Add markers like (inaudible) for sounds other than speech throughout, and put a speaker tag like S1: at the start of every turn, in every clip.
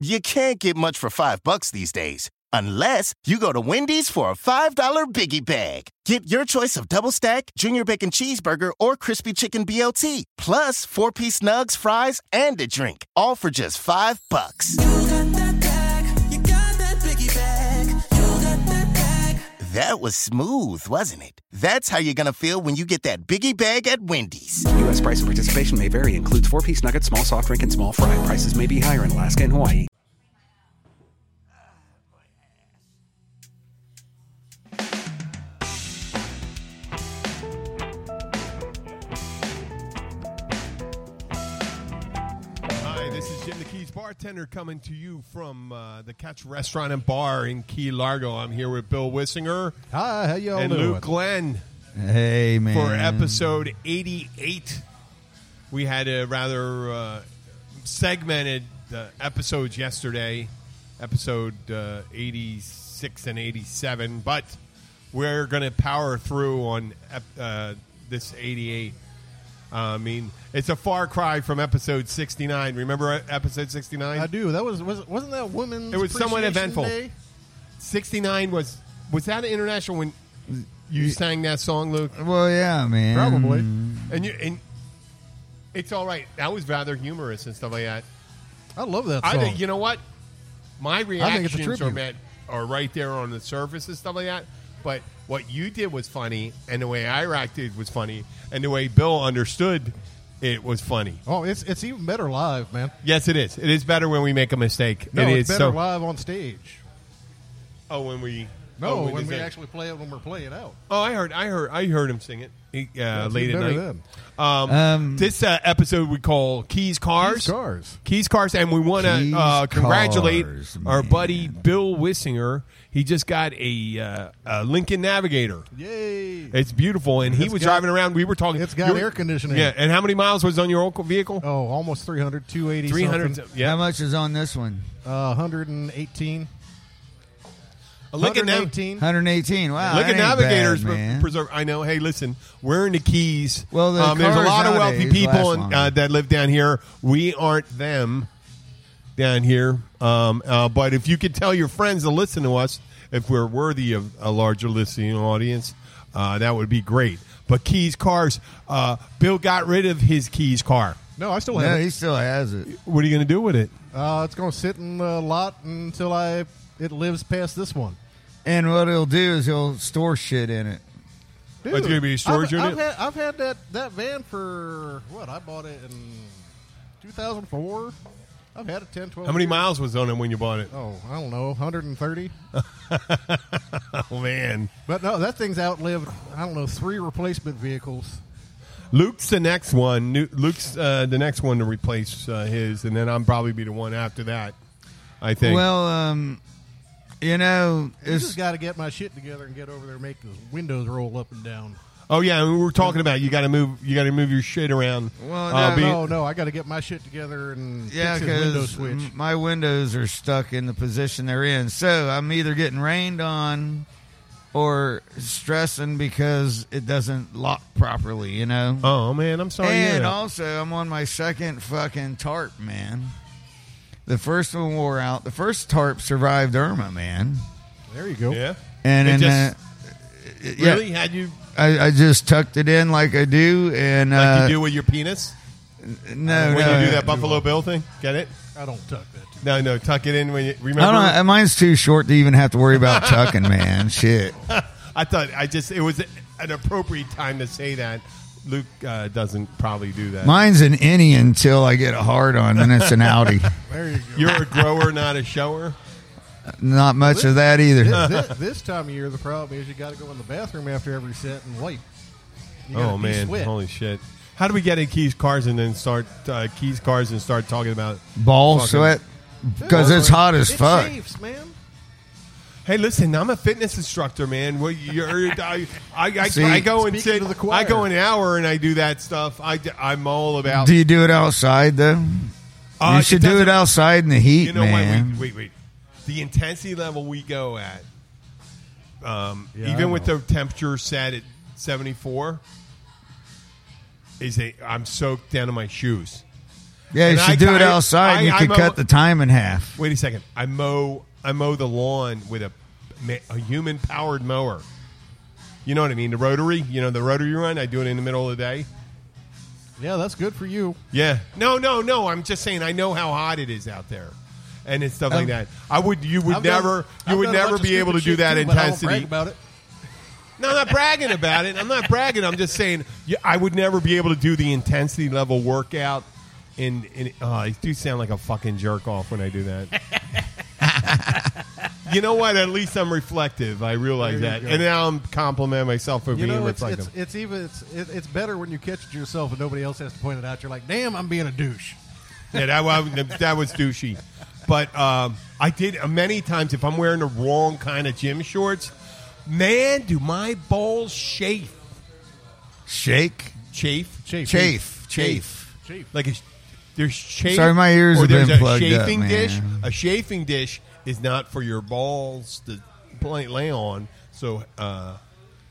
S1: You can't get much for five bucks these days, unless you go to Wendy's for a $5 biggie bag. Get your choice of double stack, junior bacon cheeseburger, or crispy chicken BLT, plus four piece nugs, fries, and a drink, all for just five bucks. That was smooth, wasn't it? That's how you're gonna feel when you get that biggie bag at Wendy's.
S2: U.S. price and participation may vary. Includes four-piece nugget, small soft drink, and small fry. Prices may be higher in Alaska and Hawaii.
S3: Hi, this is Jim the Keys bartender coming to you from uh, the Catch Restaurant and Bar in Key Largo. I'm here with Bill Wissinger
S4: Hi, how y'all
S3: and
S4: doing?
S3: Luke Glenn
S4: Hey man,
S3: for episode 88. We had a rather uh, segmented uh, episodes yesterday, episode uh, 86 and 87, but we're going to power through on ep- uh, this 88. I mean, it's a far cry from episode 69. Remember e, episode 69?
S4: I do. That was, was wasn't that women's?
S3: It was somewhat
S4: Appreciation
S3: eventful.
S4: Day?
S3: 69 was was that an international when you sang that song, Luke?
S5: Well, yeah, man.
S4: Probably.
S3: And you and it's all right. That was rather humorous and stuff like that.
S4: I love that
S3: I
S4: song.
S3: think you know what my
S4: think it's a
S3: reactions are
S4: tribute.
S3: met, are right there on the surface and stuff like that. But what you did was funny, and the way I reacted was funny, and the way Bill understood it was funny.
S4: oh, it's it's even better live, man.
S3: Yes, it is. It is better when we make a mistake.
S4: No,
S3: it
S4: it's
S3: is
S4: better
S3: so.
S4: live on stage.
S3: Oh, when we
S4: No,
S3: oh,
S4: when
S3: just
S4: we
S3: say-
S4: actually play it when we're playing out.
S3: Oh, I heard, I heard, I heard him sing it he, uh,
S4: it's
S3: late at
S4: better
S3: night.
S4: then.
S3: Um,
S5: Um,
S3: this uh, episode we call Keys Cars,
S4: Keys Cars.
S3: Keys Cars, and we want to uh,
S5: Keys
S3: congratulate
S5: Cars,
S3: our
S5: man.
S3: buddy Bill Wissinger. He just got a, uh, a Lincoln Navigator.
S4: Yay!
S3: It's beautiful, and he
S4: It's
S3: was
S4: got-
S3: driving around. We were talking.
S4: It's got
S3: you were-
S4: air conditioning.
S3: Yeah, and how many miles was on your old vehicle?
S4: Oh, almost 300, 280
S3: Three hundred.
S4: something,
S3: Yeah,
S5: How much is on this one?
S4: uh, 118.
S3: a Lincoln Nav-
S4: 118.
S5: 118. Wow.
S3: Look at
S5: that ain't bad,
S3: Navigators
S5: man.
S3: Preserve. I know. Hey, listen, we're in the Keys.
S5: Well, the
S3: um, there's a
S5: cars
S3: lot of wealthy
S5: nowadays
S3: people
S5: last
S3: in, uh,
S5: longer.
S3: that live down here. We aren't them down here. Um, uh, but if you could tell your friends to listen to us, if we're worthy of a larger listening audience, uh, that would be great. But Keys cars, uh, Bill got rid of his Keys car.
S4: No, I still have
S5: No,
S4: it.
S5: he still has it.
S3: What are you going to do with it?
S4: Uh, it's going to sit in the lot until I it lives past this one.
S5: And what he'll do is he'll store shit in it.
S4: Dude,
S3: it's gonna be a storage
S4: I've,
S3: unit?
S4: I've had, I've had that, that van for what? I bought it in 2004. I've had it 10, 12.
S3: How many
S4: years.
S3: miles was on it when you bought it? (laughs)
S4: Oh, I don't know, 130.
S3: Oh man,
S4: But no, that thing's outlived. I don't know three replacement vehicles.
S3: Luke's the next one. Nu- Luke's uh, the next one to replace uh, his, and then I'm probably be the one after that. I think.
S5: Well, um, you know,
S4: I
S5: it's
S4: just got to get my shit together and get over there and make the windows roll up and down.
S3: oh yeah, we were talking about you got to move. You got to move your shit around.
S5: Well,
S3: Uh,
S5: no,
S3: be-
S4: no, no, I got to get my shit together and
S5: yeah,
S4: fix his window
S5: because
S4: switch.
S5: my windows are stuck in the position they're in. So I'm either getting rained on or stressing because it doesn't lock properly. You know.
S3: Oh man, I'm sorry.
S5: and
S3: yeah.
S5: also, I'm on my second fucking tarp, man. The first one wore out. The first tarp survived Irma, man.
S4: There you go.
S3: yeah.
S5: And
S3: It
S5: and
S3: just-
S5: uh, yeah,
S3: Really? Had you
S5: I, I just tucked it in like I do, and
S3: like
S5: uh,
S3: you do with your penis
S5: no,
S3: when
S5: no,
S3: you do that Buffalo Bill thing? Get it?
S4: I don't tuck that. Too.
S3: No, no. Tuck it in when you
S5: I
S3: remember.
S5: don't. know, Mine's too short to even have to worry about tucking, man. (laughs) Shit.
S3: I thought I just it was an appropriate time to say that. Luke uh, doesn't probably do that.
S5: Mine's an innie until I get a hard on, then it's an outie.
S4: There you go.
S3: You're a grower, not a shower.
S5: Not much of that either.
S3: (laughs)
S4: this, this, this time of year, the problem is you got to go in the bathroom after every set and wipe. You gotta
S3: Oh man,
S4: de-sweat.
S3: holy shit! How do we get in Keys Cars and then start uh, Keys Cars and start talking about?
S5: Ball
S3: Fucking-
S5: sweat because
S4: Dude,
S5: it's hot as
S4: it
S5: fuck.
S4: chafes, man.
S3: Hey, listen, I'm a fitness instructor, man. Well, you're, I, I, I,
S5: See,
S3: I go and
S4: speaking
S3: sit.
S4: to the choir.
S3: I go an hour and I do that stuff. I, am all about.
S5: Do you do it outside though?
S3: Uh,
S5: you should do
S3: doesn't-
S5: it outside in the heat,
S3: You know
S5: man.
S3: what? Wait, wait, wait. The intensity level we go at, um,
S4: Yeah, I
S3: even with
S4: know.
S3: the temperature set at 74, is a I'm soaked down to my shoes.
S5: Yeah, you
S3: And
S5: should
S3: I-
S5: do it
S3: I-
S5: outside. and you
S3: I-
S5: could
S3: I'm
S5: cut
S3: a-
S5: the time in half.
S3: Wait a second. I mow I mow the lawn with a a human powered mower. You know what I mean? The rotary. You know the rotary run. I do it in the middle of the day.
S4: Yeah, that's good for you.
S3: Yeah. No, no, no. I'm just saying. I know how hot it is out there, and it's stuff like that. I would. You would
S4: Um, I've done-
S3: never.
S4: I've
S3: you would
S4: done a
S3: never
S4: bunch of
S3: be able to
S4: stupid
S3: do
S4: shit
S3: that
S4: too, but I won't brag
S3: intensity.
S4: about it.
S3: No, I'm not bragging about it. I'm not bragging. I'm just saying you, I would never be able to do the intensity level workout. And, and oh, I do sound like a fucking jerk off when I do
S4: (laughs)
S3: that. you know what? At least I'm reflective. I realize
S4: There you
S3: that,
S4: go.
S3: and now I'm complimenting myself for
S4: You
S3: being
S4: know, it's,
S3: reflective.
S4: it's, it's even it's, it- it's better when you catch it yourself and nobody else has to point it out. You're like, damn, I'm being a douche.
S3: yeah, that, wa- that was douchey. But um, I did uh, many times. If I'm wearing the wrong kind of gym shorts, man, do my balls chafe,
S5: Shake,
S3: chafe,
S4: Chief,
S5: chafe,
S3: chafe.
S4: Chief.
S3: Like a, sh- there's chafe.
S5: Sorry, my ears
S3: or
S5: have
S3: there's
S5: been
S3: a
S5: plugged up,
S3: chafing dish.
S5: man.
S3: A chafing dish is not for your balls to play, lay on. So uh,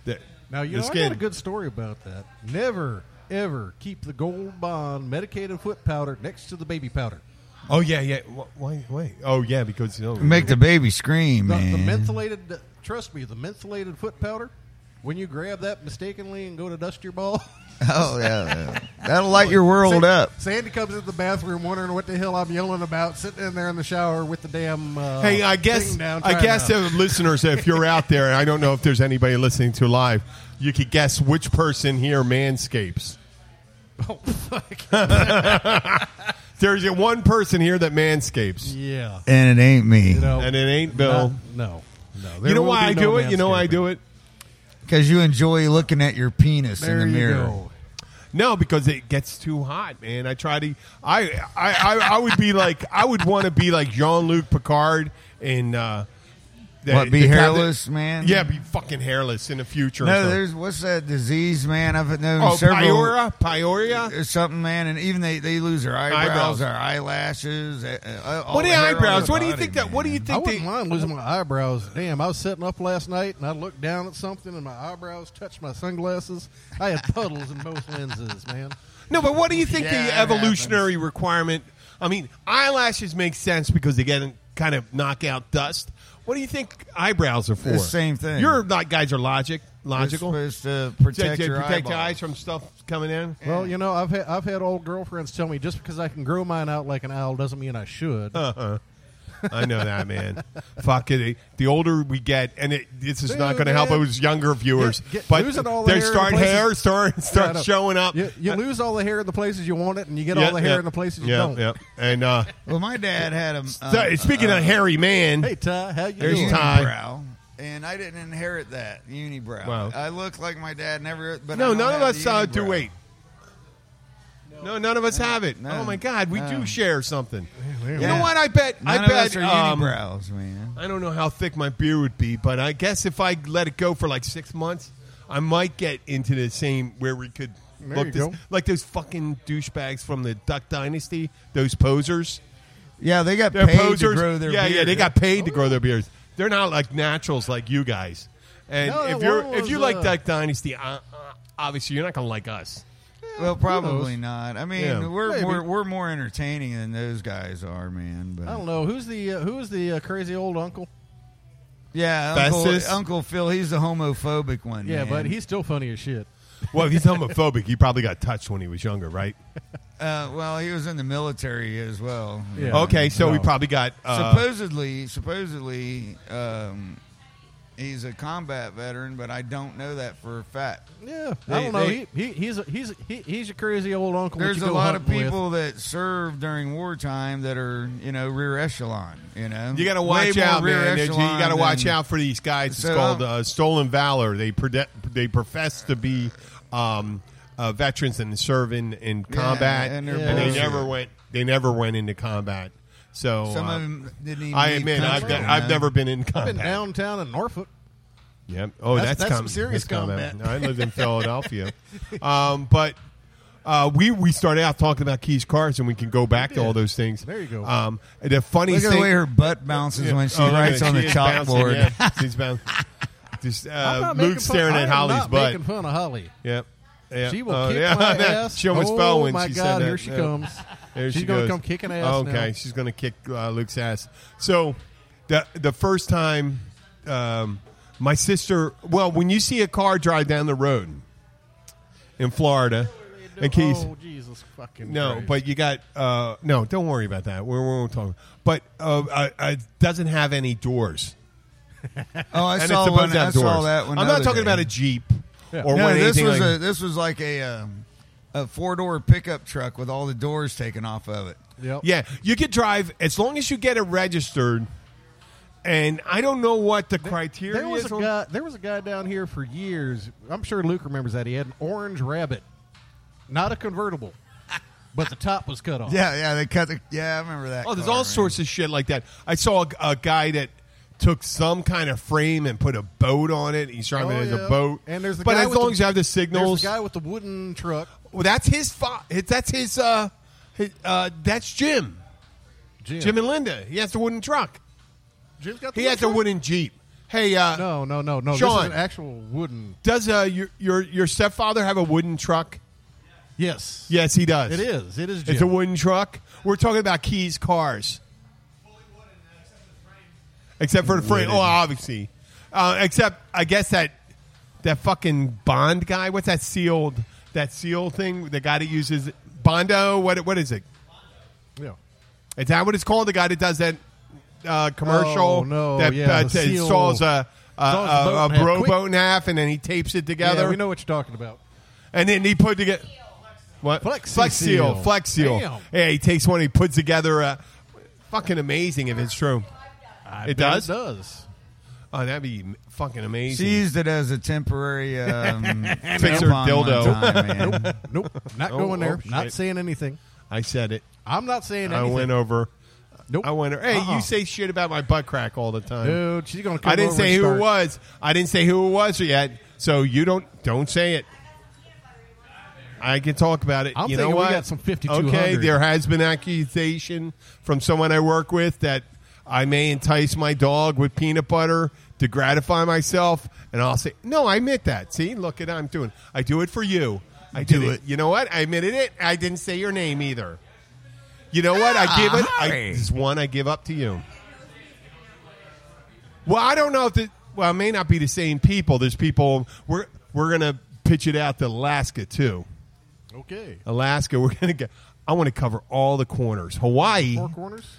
S3: the,
S4: Now you
S3: the
S4: know, I
S3: skin.
S4: got a good story about that. Never ever keep the Gold Bond medicated foot powder next to the baby powder.
S3: oh yeah, yeah. Wh- Why? Why? Oh yeah, because you know,
S5: Make the baby scream,
S4: The,
S5: man.
S4: the mentholated, trust me, the mentholated foot powder. When you grab that mistakenly and go to dust your ball,
S5: (laughs)
S4: (laughs)
S5: Oh yeah, yeah. that'll light your world
S4: Sa-
S5: up.
S4: Sandy comes into the bathroom wondering what the hell I'm yelling about, sitting in there in the shower with the damn. Uh,
S3: Hey, I
S4: thing
S3: guess
S4: down,
S3: I
S4: trying
S3: guess
S4: to-
S3: if listeners, if you're out there, and I don't know if there's anybody listening to live, you could guess which person here manscapes.
S4: Oh, fuck.
S3: (laughs) There's a one person here that manscapes,
S4: yeah,
S5: And it ain't me
S4: you know,
S3: and it ain't Bill.
S4: not- no, no.
S3: you know why I do it? You know why I do it?
S5: because you enjoy looking at your penis
S4: There
S5: in the
S4: you
S5: mirror.
S4: go.
S3: No, because it gets too hot, man. I try to. I I I, I would be like I would want to be like Jean Luc Picard and uh, the-
S5: What, be
S3: the guy that-
S5: hairless, man?
S3: Yeah, be fucking hairless in the future. or
S5: No,
S3: something.
S5: there's what's that disease, man? I've known
S3: oh
S5: several
S3: Pyoria, Pyoria.
S5: or something, man, and even they, they lose their eyebrows,
S3: Eyebrows.
S5: their eyelashes. uh, uh, all
S3: What
S4: Oh,
S3: are the
S5: the hair on
S3: eyebrows?
S5: their
S3: What do you
S5: body,
S3: think that? What do you
S5: man.
S4: I
S3: think?
S4: wouldn't
S3: They,
S4: mind losing my eyebrows. Damn, I was sitting up last night and I looked down at something and my eyebrows touched my sunglasses. I had puddles in both lenses, man.
S3: No, but what do you think
S5: Yeah,
S3: the
S5: it
S3: evolutionary requirement? I mean, eyelashes make sense because they get in- kind of knock out dust. What do you think eyebrows are for?
S5: The same thing.
S3: Your like, guys are logic,
S5: They're
S3: logical.
S5: supposed to
S3: To-
S5: protect,
S3: to
S5: your,
S3: protect your
S5: eyeballs.
S3: eyes from stuff coming in.
S4: Well, you know, I've had, I've had old girlfriends tell me just because I can grow mine out like an owl doesn't mean I should.
S3: I know that, man.
S4: (laughs)
S3: Fuck it. The older we get, and it, this is not
S4: Dude,
S3: going to help
S4: man.
S3: those younger viewers,
S4: Get- get- losing all
S3: but they
S4: the hair in
S3: start
S4: places-
S3: hair start
S4: Yeah, I
S3: start
S4: know.
S3: showing up.
S4: You, you lose all the hair in the places you want it, and you get
S3: Yeah,
S4: all the hair
S3: yeah.
S4: in the places you
S3: yeah,
S4: don't.
S3: Yeah, and uh,
S5: Well, my dad had a. uh,
S3: so- speaking of hairy man,
S4: Hey, Ty, how you
S3: There's
S4: doing?
S3: Ty. time.
S5: unibrow, and I didn't inherit that unibrow.
S3: Wow.
S5: I look like my dad never. But I
S3: No,
S5: don't
S3: none of
S5: have
S3: us
S5: the
S3: uh, do
S5: unibrow.
S3: wait. No, none of us have it.
S5: no,
S3: oh my God, we
S5: no.
S3: do share something. You
S5: Yeah.
S3: know what? I bet.
S5: None
S3: I
S5: of
S3: bet.
S5: us are
S3: um,
S5: unibrows, man.
S3: I don't know how thick my beard would be, but I guess if I let it go for like six months, I might get into the same where we could
S4: There
S3: look
S4: you
S3: this,
S4: go.
S3: like those fucking douchebags from the Duck Dynasty, those posers.
S5: Yeah, they got
S3: They're
S5: paid
S3: posers.
S5: to grow their
S3: yeah, yeah,
S5: beard.
S3: they got paid to grow their beards. They're not like naturals like you guys. And
S4: No, that
S3: if you're
S4: one
S3: if
S4: was,
S3: you like
S4: uh,
S3: Duck Dynasty, uh, uh, obviously you're not gonna like us.
S5: Well, probably
S4: knows?
S5: not. I mean,
S3: Yeah.
S5: we're,
S4: Maybe.
S5: we're we're more entertaining than those guys are, man. But
S4: I don't know who's the uh, who's the uh, crazy old uncle.
S5: yeah, Uncle,
S3: Festus?
S5: Uncle Phil, he's the homophobic one.
S4: Yeah,
S5: man.
S4: but he's still funny as shit.
S3: Well, if he's homophobic, he probably got touched when he was younger, right?
S5: uh, well, he was in the military as well.
S4: Yeah.
S3: Okay, so he
S4: No.
S3: probably got. Uh,
S5: supposedly, supposedly, um, he's a combat veteran, but I don't know that for a fact.
S4: Yeah, I
S5: They-
S4: don't know.
S5: they-
S4: he, he, he's a, he's he, he's your crazy old uncle. that
S5: There's
S4: you
S5: a
S4: go
S5: lot of
S4: hunting with.
S5: people that serve during wartime that are, you know, rear echelon. You know,
S3: you got to
S5: Way
S3: watch
S5: more
S3: out,
S5: rear
S3: man. You
S5: echelon
S3: got to watch
S5: than-
S3: out for these guys. It's
S5: So,
S3: called
S5: um,
S3: uh, stolen valor. They prode- they profess to be um, uh, veterans and serve in, in combat,
S5: and
S3: and,
S5: they're
S3: they
S5: bullshit.
S3: never went. They never went into combat. So
S5: Some
S3: uh,
S5: of them didn't even.
S3: I
S5: leave
S3: admit, I've,
S5: country,
S3: got,
S5: you
S3: I've
S5: know?
S3: never been in
S4: I've
S3: combat.
S4: been downtown in Norfolk.
S3: Yep. Oh,
S4: That's-
S3: that's
S4: that's
S3: com-
S4: some serious
S3: that's combat.
S4: combat.
S3: No, I
S4: (laughs)
S3: lived in Philadelphia, um, but uh, we we started out talking about Keys cars, and we can go back to all those things.
S4: There you go.
S3: Um, and the funniest
S5: Look at the
S3: thing,
S5: way her butt bounces when she
S3: Oh, look at
S5: writes
S3: it.
S5: on the
S3: She is bouncing,
S5: chalkboard.
S4: (laughs)
S3: yeah. She's bouncing. Just,
S4: I'm
S3: uh,
S4: not making
S3: Luke's
S4: fun-
S3: staring
S4: I
S3: at
S4: am
S3: Holly's
S4: not
S3: butt.
S4: Making fun of Holly.
S3: Yep. Yeah.
S4: She will
S3: Oh,
S4: kick
S3: yeah.
S4: my
S3: (laughs)
S4: ass.
S3: She almost
S4: oh,
S3: fell when
S4: my
S3: she
S4: God,
S3: said
S4: here
S3: that.
S4: she
S3: Yeah.
S4: comes.
S3: There
S4: She's
S3: she
S4: gonna
S3: goes.
S4: come kicking ass
S3: Okay,
S4: now.
S3: she's going to kick uh, Luke's ass. So the the first time, um, my sister. Well, when you see a car drive down the road in Florida, (laughs) and Keith,
S4: Oh, Jesus fucking
S3: no,
S4: Christ.
S3: but you got uh, no. Don't worry about that. We're, we're talking. But uh, uh, it doesn't have any doors.
S5: Oh, I
S3: and it's
S5: saw
S3: supposed
S5: one.
S3: to
S5: I
S3: have doors.
S5: saw that one.
S3: I'm
S5: the
S3: not
S5: other
S3: talking
S5: day.
S3: about a jeep or
S5: No,
S3: one.
S5: this
S3: anything
S5: was
S3: like-
S5: a this was like a um, a four door pickup truck with all the doors taken off of it.
S4: Yep.
S3: Yeah, you could drive as long as you get it registered. And I don't know what the criteria
S4: There was
S3: is.
S4: a
S3: on-
S4: guy. There was a guy down here for years. I'm sure Luke remembers that. He had an orange rabbit, not a convertible, (laughs) but the top was cut off.
S5: Yeah, yeah, they cut the. Yeah, I remember that.
S3: oh, there's
S5: car,
S3: all
S5: man.
S3: sorts of shit like that. I saw a, a guy that took some kind of frame and put a boat on it. He's driving
S4: Oh,
S3: it as
S4: yeah.
S3: a boat.
S4: And there's the
S3: but
S4: guy
S3: as
S4: with
S3: long
S4: the-
S3: as you have the
S4: There's
S3: signals,
S4: the guy with the wooden truck,
S3: well, that's his. Fa- that's his. Uh, his uh, that's Jim.
S4: Jim.
S3: Jim and Linda. He has the wooden truck.
S4: Jim's got the
S3: He has the
S4: truck?
S3: wooden jeep. Hey, uh,
S4: No, no, no, no. This
S3: Sean.
S4: is an actual wooden.
S3: does uh, your, your your stepfather have a wooden truck?
S4: Yes.
S3: Yes, he does.
S4: It is. It is. Jim.
S3: It's a wooden truck. We're talking about Keys cars. Except for the frame. Oh, obviously. Uh, except, I guess that that fucking Bond guy. What's that sealed? That seal thing. The guy that uses Bondo. What? What is it?
S4: Yeah.
S3: Is that what it's called? The guy that does that uh, commercial.
S4: Oh, no,
S3: That
S4: yeah,
S3: uh,
S4: the
S3: t-
S4: seal-
S3: saws a a,
S4: saws the boat
S3: a,
S4: in
S3: a
S4: half.
S3: bro
S4: Quick.
S3: boat in half, and then he tapes it together.
S4: we know what you're talking about.
S3: And then he put together what seal,
S4: Flexi Seal.
S3: flex seal.
S4: Damn.
S3: Yeah, he takes one, he puts together a fucking amazing if it's true.
S4: I
S3: It
S4: bet
S3: does?
S4: It does.
S3: Oh, that'd be fucking amazing.
S5: She used it as
S3: (laughs)
S5: a temporary um,
S3: Fixer
S5: tampon one
S3: dildo.
S5: time, man.
S4: Nope. Not
S3: Oh,
S4: going there.
S3: oh,
S4: not
S3: shit.
S4: saying anything.
S3: (laughs) I said it.
S4: I'm not saying
S3: I
S4: anything.
S3: went over.
S4: Nope.
S3: I went. over. Hey,
S4: Uh-uh.
S3: you say shit about my butt crack all the time.
S4: Dude, she's gonna. Come
S3: I didn't
S4: over
S3: say who
S4: and start.
S3: it was. I didn't say who it was yet. So you don't don't say it. I can talk about it.
S4: I'm
S3: you know
S4: thinking we
S3: what?
S4: got some 5200.
S3: Okay, there has been accusation from someone I work with that I may entice my dog with peanut butter to gratify myself, and I'll say, "No, I admit that. See, look at I'm doing. I do it for you. I do it. You know what? I admitted it. I didn't say your name either. You know what? I give it. I, this is one I give up to you. Well, I don't know if the well, it may not be the same people. There's people we're we're gonna pitch it out to Alaska too.
S4: Okay.
S3: Alaska, (laughs) we're gonna go. I want to cover all the corners. Hawaii,
S4: Four
S3: we
S4: corners.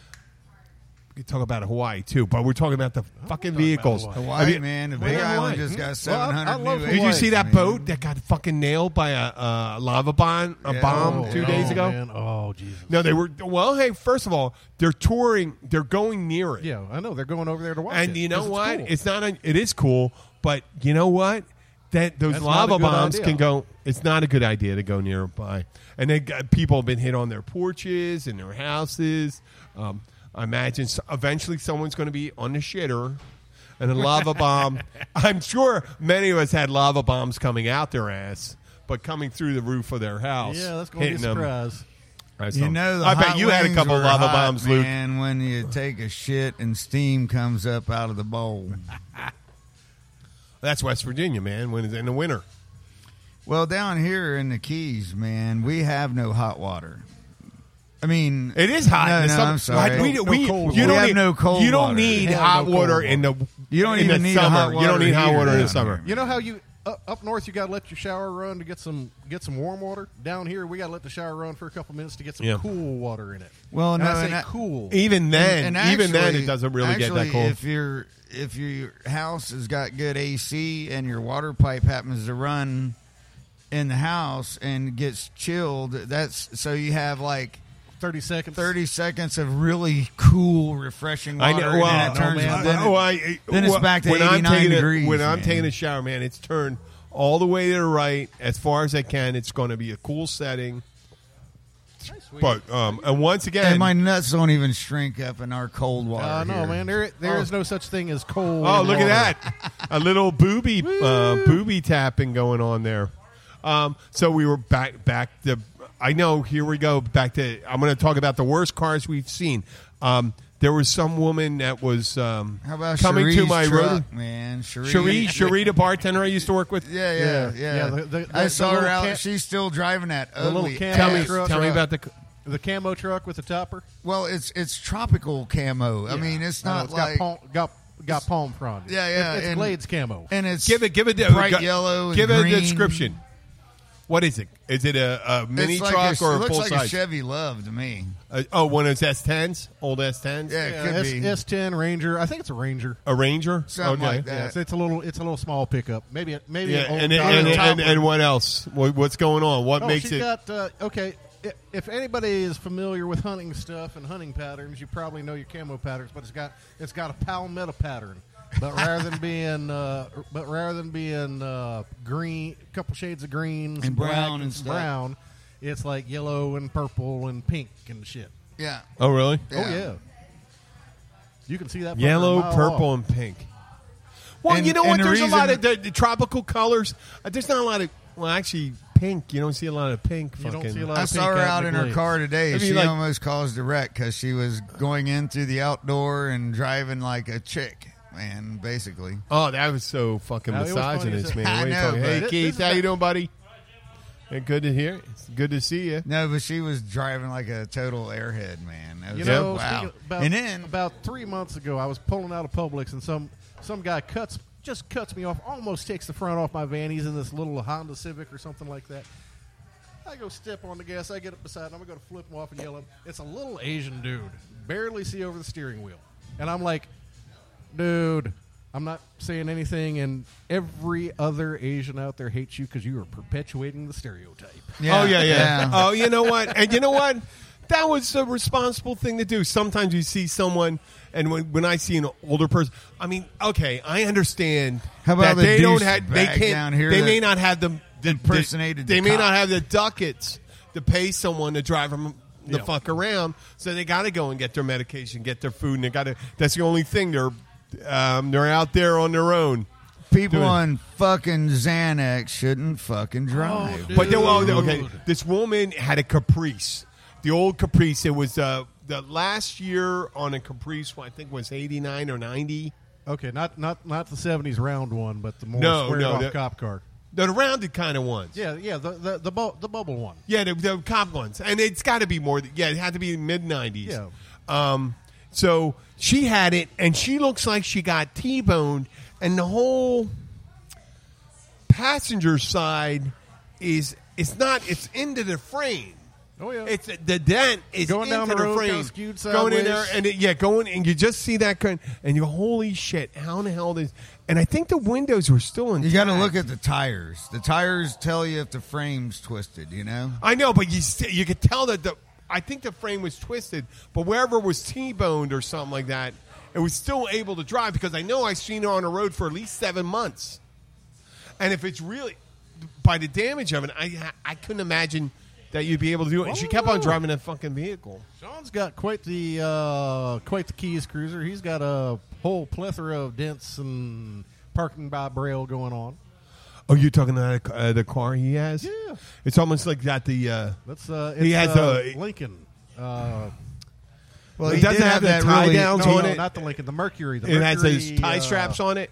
S3: could talk about Hawaii too, but we're talking about the fucking vehicles.
S5: Hawaii,
S3: Have you-
S5: man. The
S3: We're
S5: Big
S3: in
S5: Island
S3: Hawaii.
S5: just got
S4: Well, I- I
S5: seven hundred
S4: love
S5: new.
S4: Hawaii.
S3: Did you see that
S5: man.
S3: boat that got fucking nailed by a uh, lava bomb? A
S5: Yeah.
S3: bomb
S5: Oh,
S3: Um, two
S5: no,
S3: days ago.
S4: man. Oh Jesus.
S3: No, they were. Well, hey, first of all, they're touring. They're going near it.
S4: Yeah, I know they're going over there to watch.
S3: And
S4: it,
S3: you know
S4: 'cause it's
S3: what?
S4: cool.
S3: It's not. A, it is cool, but you know what? That those
S4: That's not a
S3: lava
S4: good
S3: bombs
S4: idea.
S3: can go. It's not a good idea to go nearby. And then got- people have been hit on their porches and their houses. Um, I imagine s eventually someone's going to be on the shitter. And a lava
S4: (laughs)
S3: bomb. I'm sure many of us had lava bombs coming out their ass, but coming through the roof of their house.
S4: yeah, that's going to be a
S3: hitting them.
S4: surprise.
S3: Right, so-
S5: You know, the
S3: I bet
S5: hot
S3: you had a
S5: wings
S3: couple
S5: were
S3: lava
S5: hot,
S3: bombs, Luke.
S5: Man, when you take a shit and steam comes up out of the bowl.
S3: That's West Virginia, man. When it's in the winter.
S5: Well, down here in the Keys, man, we have no hot water. I mean,
S3: It is hot.
S5: No,
S3: in the
S5: no,
S3: summer.
S5: I'm sorry.
S3: We,
S5: No
S3: we-
S5: cold
S3: you
S5: water.
S3: don't
S5: We have
S3: need,
S5: no cold
S3: You don't
S5: water.
S3: need
S5: We have
S3: hot
S5: no cold
S3: water,
S5: water.
S3: in the.
S5: You don't
S3: in
S5: even
S3: the
S5: need a
S3: summer.
S5: hot
S3: You don't
S5: water
S3: need hot
S5: heater
S3: water in the
S5: down
S3: summer.
S5: here.
S4: You know how you up, up north you got to let your shower run to get some get some warm water. Down here we got to let the shower run for a couple minutes to get some
S3: Yeah. E-
S4: cool water in it.
S5: Well,
S4: and
S5: no,
S4: I say
S5: and I-
S4: cool.
S3: Even then,
S5: And
S3: even then,
S5: actually-
S3: it doesn't really get
S5: actually,
S3: that cold.
S5: If your if your house has got good AC and your water pipe happens to run in the house and gets chilled, that's so you have like
S4: Thirty seconds.
S5: thirty seconds of really cool, refreshing water.
S3: I know. Well,
S5: and then it turns,
S4: man.
S5: then it-
S3: oh, I-
S5: then it's
S3: well,
S5: back to
S3: when I'm
S5: 89
S3: taking a-
S5: degrees,
S3: when I'm
S5: man.
S3: taking a shower, man, it's turned all the way to the right as far as I can. It's going to be a cool setting. But um, and once again,
S5: and my nuts don't even shrink up in our cold water.
S4: Uh, no,
S5: here.
S4: man. There there is no such thing as cold.
S3: Oh,
S4: water.
S3: look at that! A little booby uh, booby tapping going on there. Um, so we were back back to. I know. Here we go. Back to. I'm going to talk about the worst cars we've seen. Um, there was some woman that was um,
S5: How about
S3: coming
S5: Cherie's
S3: to my
S5: truck,
S3: road.
S5: man? Cherie,
S3: Cherie, Cherie, the bartender I used to work with.
S5: Yeah, yeah,
S4: Yeah,
S5: yeah.
S4: yeah, the- the-
S5: I
S4: the
S5: saw
S4: little
S5: her out.
S4: cat-
S5: She's still driving that
S4: little
S5: ugly.
S4: cat
S5: ass
S3: Tell me,
S4: truck.
S3: tell me about the.
S4: The camo truck with the topper.
S5: Well, it's it's tropical camo. I mean, it's
S4: I know,
S5: not
S4: it's
S5: like
S4: got palm, got got palm frondage.
S5: Yeah, yeah,
S4: It's, it's
S5: and-
S4: Glades camo.
S5: and it's
S3: Give it, give it,
S5: bright
S3: gu-
S5: yellow. and
S3: Give it a
S5: green.
S3: description. What is it? Is it a, a
S5: It's
S3: mini
S5: like
S3: truck
S5: a-
S3: or
S5: it
S3: a
S5: looks
S3: full
S5: like a
S3: size?
S5: Chevy Love to me.
S3: Uh, oh, one of those S10s, old S10s.
S5: Yeah, it
S4: Yeah,
S5: could
S4: S,
S5: be
S4: S10 Ranger. I think it's a Ranger.
S3: a Ranger.
S5: Something like that.
S4: Yeah, so it's a little it's a little small pickup. Maybe a- maybe
S3: Yeah,
S4: an old
S3: and, and,
S4: Dodge.
S3: and,
S5: Top
S3: and,
S5: one.
S3: and what else? What, what's going on? What
S4: Oh,
S3: makes
S4: she
S3: it?
S4: got uh, okay. i- If anybody is familiar with hunting stuff and hunting patterns, you probably know your camo patterns. But it's got it's got a palmetto pattern. But rather than being uh, but rather than being uh, green, a couple shades of green some black,
S5: brown and
S4: some
S5: stuff.
S4: brown, it's like yellow and purple and pink and shit.
S5: Yeah,
S3: oh, really?
S4: Oh
S5: Yeah.
S4: yeah, you can see that fucker a
S3: Yellow,
S4: mile
S3: purple,
S4: off.
S3: and pink. Well,
S5: And-
S3: you know
S5: and
S3: what?
S5: the
S3: There's a lot of the,
S5: reason-
S3: the tropical colors. Uh, there's not a lot of. Well, actually, pink. You don't see a lot of pink.
S4: You don't
S3: fucking-
S4: see a lot
S5: I
S4: of
S5: saw
S4: pink
S5: her
S4: out
S5: out
S4: in
S5: in
S4: the
S5: her
S4: glades.
S5: car today.
S3: I mean,
S5: she
S3: like-
S5: almost caused a wreck because she was going in through the outdoor and driving like a chick, man. Basically,
S3: Oh, that was so fucking
S4: No, it was funny
S3: misogynist,
S4: as a-
S3: man.
S5: I
S3: What are you
S5: know,
S3: talking-
S5: but
S3: Hey,
S4: thi- this
S3: Keith,
S4: is
S3: how
S4: not-
S3: you doing, buddy? Hey, good to hear. It's good to see you.
S5: no, but she was driving like a total airhead, man. That was
S4: You
S5: like,
S4: know,
S5: wow.
S4: speaking- about,
S5: and then
S4: about three months ago, I was pulling out of Publix, and some some guy cuts just cuts me off, almost takes the front off my van. He's in this little Honda Civic or something like that. I go step on the gas. I get up beside. him. I'm going to flip him off and yell at him. It's a little Asian dude, barely see over the steering wheel, and I'm like, dude. I'm not saying anything, and every other Asian out there hates you because you are perpetuating the stereotype.
S5: yeah,
S3: oh yeah, yeah. oh, you know what? And you know what? That was a responsible thing to do. Sometimes you see someone, and when, when I see an older person, I mean, okay, I understand
S5: How
S3: that
S5: about the
S3: they don't have, they
S5: douchebag
S3: can't,
S5: down here
S3: they
S5: that
S3: may not have the, the
S5: impersonated
S3: they
S5: the
S3: may
S5: cop?
S3: not have the ducats to pay someone to drive them the
S4: Yeah.
S3: fuck around. So they got to go and get their medication, get their food, and they got to. That's the only thing they're um, they're out there on their own.
S5: People
S3: Dude.
S5: on fucking Xanax shouldn't fucking drive.
S4: dude.
S3: Oh, But then, well, okay,
S4: Dude.
S3: this woman had a Caprice, the old Caprice. It was uh, the last year on a Caprice. I think was eighty nine or ninety.
S4: Okay, not not not the '70s round one, but the more
S3: No,
S4: squared
S3: no,
S4: off
S3: that-
S4: cop car.
S3: No, the rounded kind of ones.
S4: Yeah, yeah, the the the, bu- the bubble one.
S3: yeah, the, the cop ones, and it's got to be more. th- Yeah, it had to be mid nineties.
S4: Yeah.
S3: Um. So she had it, and she looks like she got t boned, and the whole passenger side is it's not it's into the frame.
S4: Oh yeah,
S3: It's the dent is
S4: Going down
S3: into
S4: the road,
S3: frame,
S4: goes skewed
S3: going in there,
S4: sideways.
S3: and it, yeah, going and you just see that current, and you go, holy shit, how in the hell this? And I think the windows were still in.
S5: You got to look at the tires. The tires tell you if the frame's twisted. You know.
S3: I know, but you st- you could tell that the I think the frame was twisted, but wherever it was t-boned or something like that, it was still able to drive because I know I've seen her on the road for at least seven months, and if it's really by the damage of it, I I couldn't imagine that you'd be able to do it. And she kept on driving that fucking vehicle.
S4: Sean's got quite the uh, quite the keys cruiser. He's got a whole plethora of dents and parking by braille going on.
S3: Oh, you're talking about uh, the car he has?
S4: Yeah.
S3: It's almost like that the. Uh,
S4: That's uh, it's,
S3: He has
S4: uh,
S3: a-
S4: Lincoln. Uh,
S5: Well,
S3: It
S5: he
S3: doesn't
S5: did
S3: have the
S5: that
S3: tie
S5: really-
S3: down.
S4: no,
S3: Jones on
S4: no,
S3: it.
S4: not the Lincoln. The Mercury. The
S3: it has
S4: Mercury,
S3: those tie
S4: uh,
S3: straps on it.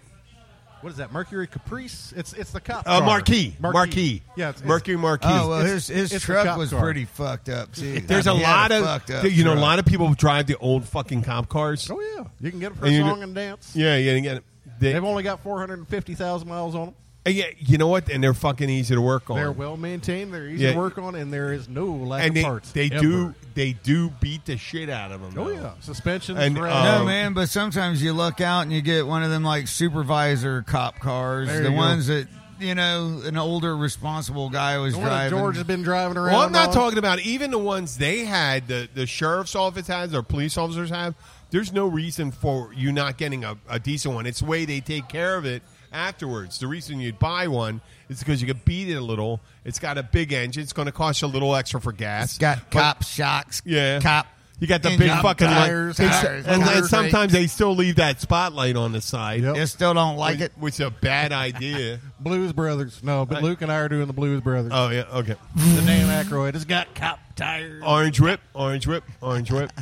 S4: What is that? Mercury Caprice. It's it's the cop.
S3: Uh,
S4: car.
S3: marquee. marquee,
S4: Yeah, it's,
S3: Mercury Marquee.
S5: Oh well,
S4: It's-
S5: his his
S4: it's a
S5: truck
S4: cop
S5: was
S4: car.
S5: pretty fucked up too.
S3: There's
S5: I
S3: a
S5: mean, he had
S3: lot
S5: fucked
S3: of
S5: up
S3: you know a
S5: truck.
S3: lot of people drive the old fucking cop cars.
S4: It's, oh yeah, you can get it for
S3: And
S4: a
S3: you do-
S4: song and dance.
S3: Yeah, yeah, yeah. They,
S4: They've only got four hundred and fifty thousand miles on them.
S3: uh, yeah, you know what? And they're fucking easy to work on.
S4: They're well maintained. They're easy
S3: Yeah.
S4: to work on, and there is no lack
S3: and
S4: of
S3: they,
S4: parts.
S3: they
S4: ever.
S3: do they do beat the shit out of them.
S4: Oh yeah, suspension.
S3: And,
S5: No
S3: Oh.
S5: man, but sometimes you luck out and you get one of them like supervisor cop cars,
S4: There
S5: the
S4: you go.
S5: ones that you know an older responsible guy was
S4: the one that
S5: driving.
S4: George has been driving around.
S3: Well, I'm not
S4: on.
S3: talking about even the ones they had, the, the sheriff's office has or police officers have. There's no reason for you not getting a, a decent one. It's the way they take care of it afterwards. The reason you'd buy one is because you could beat it a little. It's got a big engine. It's going to cost you a little extra for gas.
S5: It's got
S3: But-
S5: cop shocks.
S3: Yeah.
S5: cop.
S3: You got the
S5: engine,
S3: big fucking light.
S5: tires,
S3: They-
S5: tires,
S3: and, and
S5: tires.
S3: sometimes they still leave that spotlight on the side.
S4: Yep.
S5: You still don't like
S3: Which,
S5: it.
S3: which is a bad idea.
S4: Blues Brothers. No, but Luke and I are doing the Blues Brothers.
S3: (laughs) oh yeah, okay.
S4: the Dan Aykroyd has got cop tires.
S3: Orange whip, orange whip, orange whip.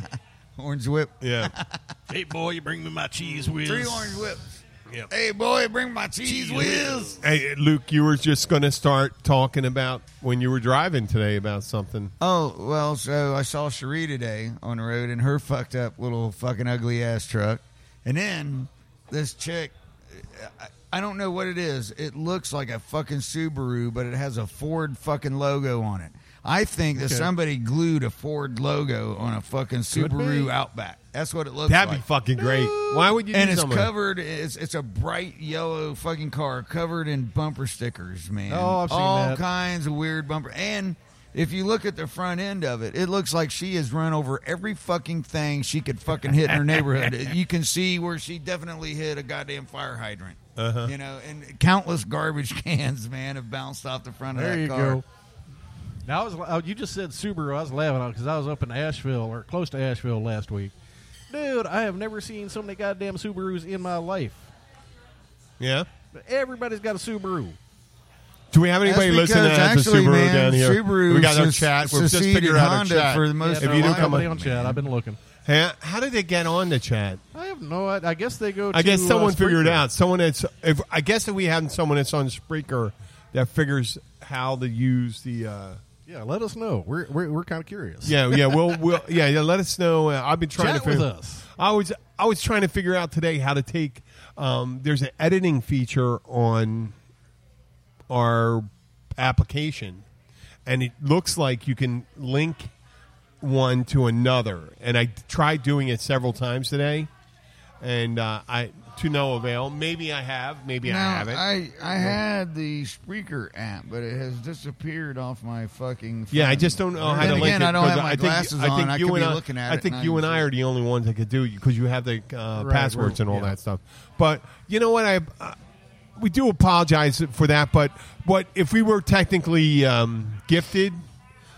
S5: Orange whip.
S3: Yeah.
S5: (laughs)
S4: Hey boy, you bring me my cheese whiz.
S5: Three orange whips.
S3: Yep.
S5: Hey, boy, bring my cheese whiz.
S3: Hey, Luke, you were just going to start talking about when you were driving today about something.
S5: Oh, well, so I saw Cherie today on the road in her fucked up little fucking ugly ass truck. And then this chick, I, I don't know what it is. It looks like a fucking Subaru, but it has a Ford fucking logo on it. I think that somebody glued a Ford logo on a fucking Subaru
S3: be.
S5: Outback. That's what it looks
S3: That'd
S5: like.
S3: be fucking great. Why would you?
S5: and
S3: do
S5: it's
S3: something like that?
S5: covered. It's it's a bright yellow fucking car covered in bumper stickers, man.
S4: Oh, I've seen
S5: all
S4: that.
S5: kinds of weird bumper. And if you look at the front end of it, it looks like she has run over every fucking thing she could fucking hit in her neighborhood.
S3: (laughs)
S5: you can see where she definitely hit a goddamn fire hydrant.
S3: Uh-huh.
S5: You know, and countless garbage (laughs) cans, man, have bounced off the front of
S4: There
S5: that
S4: you
S5: car.
S4: go. Now I was oh, you just said Subaru. I was laughing because I was up in Asheville or close to Asheville last week. Dude, I have never seen so many goddamn Subarus in my life.
S3: Yeah.
S4: Everybody's got a Subaru.
S3: Do we have anybody
S5: That's
S3: listening
S5: because
S3: that's a
S5: actually,
S3: Subaru
S5: man,
S3: down here?
S5: Subaru
S3: we got our
S5: s-
S3: chat. We're just
S5: seceded
S3: figuring out
S5: Honda
S3: a chat.
S5: for the most
S3: if
S5: part.
S3: you
S4: no,
S3: do
S4: I-
S3: come
S4: nobody
S5: Liability
S3: on,
S4: on chat. I've been looking.
S3: Hey, how did they get on the chat?
S4: I have no. I, I guess they go.
S3: I guess
S4: to, uh,
S3: someone figured
S4: Spreaker.
S3: it out. Someone that's if I guess that we have someone that's on Spreaker that figures how to use the. Uh,
S4: Yeah, let us know. We're we're, we're kind of
S3: (laughs)
S4: curious.
S3: yeah, yeah. We'll, we'll, yeah, yeah. Let us know. Uh, I've been trying
S4: Chat
S3: to figure.
S4: with us.
S3: I was, I was trying to figure out today how to take. Um, there's an editing feature on our application, and it looks like you can link one to another. And I tried doing it several times today, and uh, I to no avail. Maybe I have, maybe I
S5: Now,
S3: haven't.
S5: I, I had the Spreaker app, but it has disappeared off my fucking. Phone.
S3: Yeah, I just don't know how
S5: And
S3: to
S5: again,
S3: link it.
S5: I don't
S3: 'cause
S5: have my glasses
S3: I think
S5: on. I
S3: you
S5: could be
S3: and
S5: looking at
S3: I
S5: it
S3: think
S5: and
S3: you
S5: I
S3: and I
S5: just-
S3: are the only ones that could do it because you have the uh,
S4: Right,
S3: passwords
S4: we're-
S3: and all
S4: yeah.
S3: that stuff. But you know what? I uh, we do apologize for that. But what if we were technically um, gifted?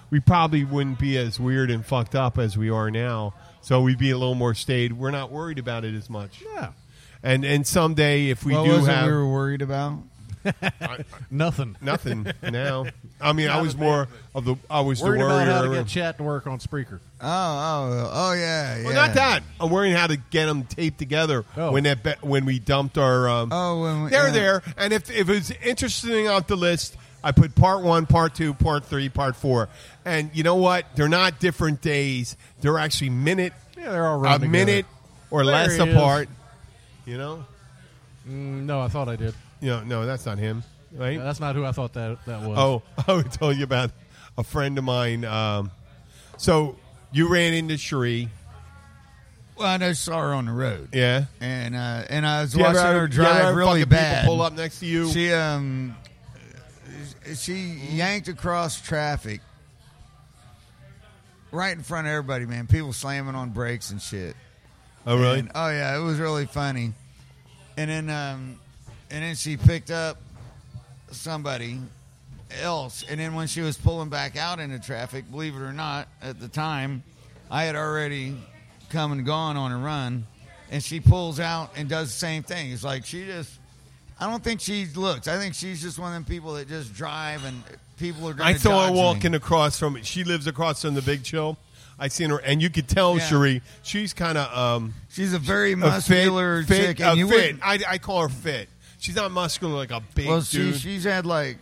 S3: We probably wouldn't be as weird and fucked up as we are now. So we'd be a little more stayed. We're not worried about it as much.
S4: Yeah.
S3: And and someday if we
S5: what
S3: do
S5: was
S3: have
S5: it we were worried about?
S4: Nothing.
S5: (laughs)
S3: nothing now, I mean, I was more of the I was
S4: Worried
S3: the worrier.
S4: about how to get chat to work on Spreaker.
S5: Oh, oh, oh, yeah, yeah.
S3: Well, not that. I'm worrying how to get them taped together
S4: Oh.
S3: when that be- when we dumped our. Um,
S5: Oh, when we-
S3: they're
S5: yeah.
S3: there. And if if it's interesting off the list, I put part one, part two, part three, part four. And you know what? They're not different days. They're actually minute,
S4: Yeah, they're all
S3: a
S4: run together.
S3: minute or
S4: There
S3: less
S4: he is.
S3: apart. You know.
S4: Mm, No, I thought I did.
S3: You know, no, that's not him, right?
S4: Yeah, that's not who I thought that that was.
S3: Oh, (laughs) I would tell you about a friend of mine. Um, so you ran into Cherie,
S5: Well, I just saw her on the road.
S3: yeah?
S5: And uh, and I was
S3: You ever
S5: watching
S3: have-
S5: her
S3: you ever have
S5: drive really
S3: fucking people
S5: bad.
S3: Pull up next to you.
S5: She um, she yanked across traffic, right in front of everybody. Man, people slamming on brakes and shit.
S3: oh, really?
S5: And- oh yeah, it was really funny. And then um, and then she picked up somebody else. And then when she was pulling back out into traffic, believe it or not, at the time, I had already come and gone on a run. And she pulls out and does the same thing. It's like she just. I don't think she looks. I think she's just one of them people that just drive and people are going
S3: I
S5: to
S3: saw her walking across from. She lives across from the big chill. I seen her, and you could tell,
S5: Yeah.
S3: Cherie, she's kind of um,
S5: She's a very
S3: a fit,
S5: muscular
S3: fit,
S5: chick.
S3: a
S5: and you
S3: fit.
S5: wouldn't-
S3: I, I call her fit. She's not muscular like a big
S5: Well, she,
S3: dude.
S5: she's had like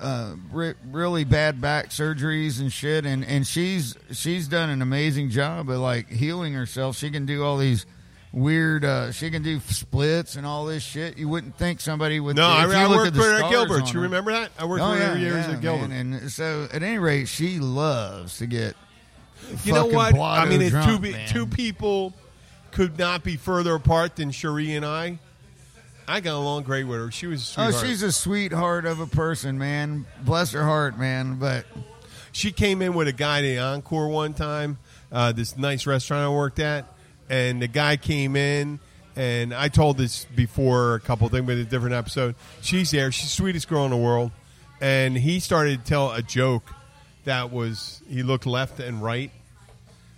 S5: uh, re- really bad back surgeries and shit, and, and she's she's done an amazing job of like healing herself. She can do all these weird. Uh, she can do splits and all this shit. You wouldn't think somebody would.
S3: no, I,
S5: if you
S3: I
S5: look
S3: worked
S5: at
S3: for
S5: the
S3: her at
S5: scars on
S3: Gilbert's. You
S5: her-
S3: remember that? I worked
S5: Oh
S3: for
S5: yeah,
S3: her years
S5: yeah,
S3: at Gilbert's.
S5: man. And so, at any rate, she loves to get.
S3: you know
S5: fucking
S3: what? I
S5: blotto
S3: mean, it's two
S5: drunk,
S3: be-
S5: man.
S3: two people could not be further apart than Cherie and I. I got along great with her. She was a
S5: Oh,
S3: sweetheart.
S5: she's a sweetheart of a person, man. Bless her heart, man. But
S3: She came in with a guy to the Encore one time, uh, this nice restaurant I worked at, and the guy came in, and I told this before a couple things, but a different episode. She's there, she's the sweetest girl in the world, and he started to tell a joke that was he looked left and right,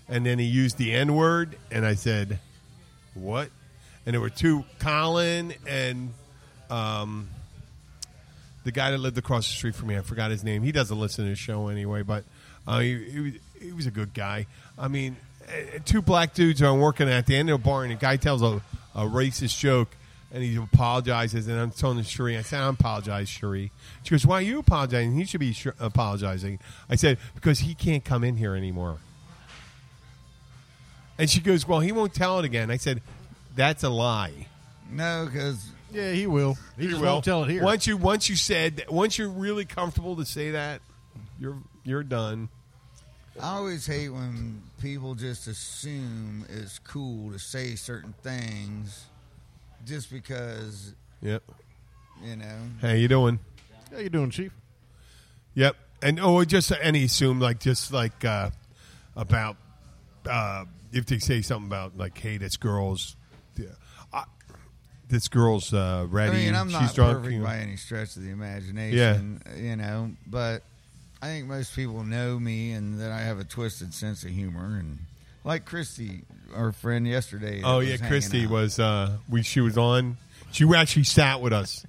S3: and then he used the N word, and I said, "What?" And there were two, Colin and the guy that lived across the street from me. I forgot his name. He doesn't listen to the show anyway, but uh, he, he, was, he was a good guy. I mean, eh, two black dudes are working at the end of a bar, and a guy tells a, a racist joke, and he apologizes. And I'm telling Cherie, I said, I apologize, Cherie. She goes, Why are you apologizing? He should be sh- apologizing. I said, Because he can't come in here anymore. And she goes, Well, he won't tell it again. I said, That's a lie.
S5: No, because
S4: Yeah, he will. He, just
S3: will.
S4: won't tell it here.
S3: Once you once you said once you're really comfortable to say that, you're you're done.
S5: I always hate when people just assume it's cool to say certain things just because,
S3: Yep.
S5: you know.
S3: How you doing?
S4: How you doing, Chief?
S3: Yep. And oh, it just and he assumed like just like uh, about uh, if they say something about like hey, this girl's yeah, I, this girl's uh,
S5: I
S3: ready.
S5: mean, I'm
S3: she's
S5: not
S3: drunk.
S5: perfect
S3: you know.
S5: by any stretch of the imagination, you know, but I think most people know me and that I have a twisted sense of humor. And like Christy, our friend yesterday. that
S3: Oh
S5: was
S3: yeah,
S5: hanging
S3: Christy
S5: out.
S3: was uh, we she was on. She actually sat with us.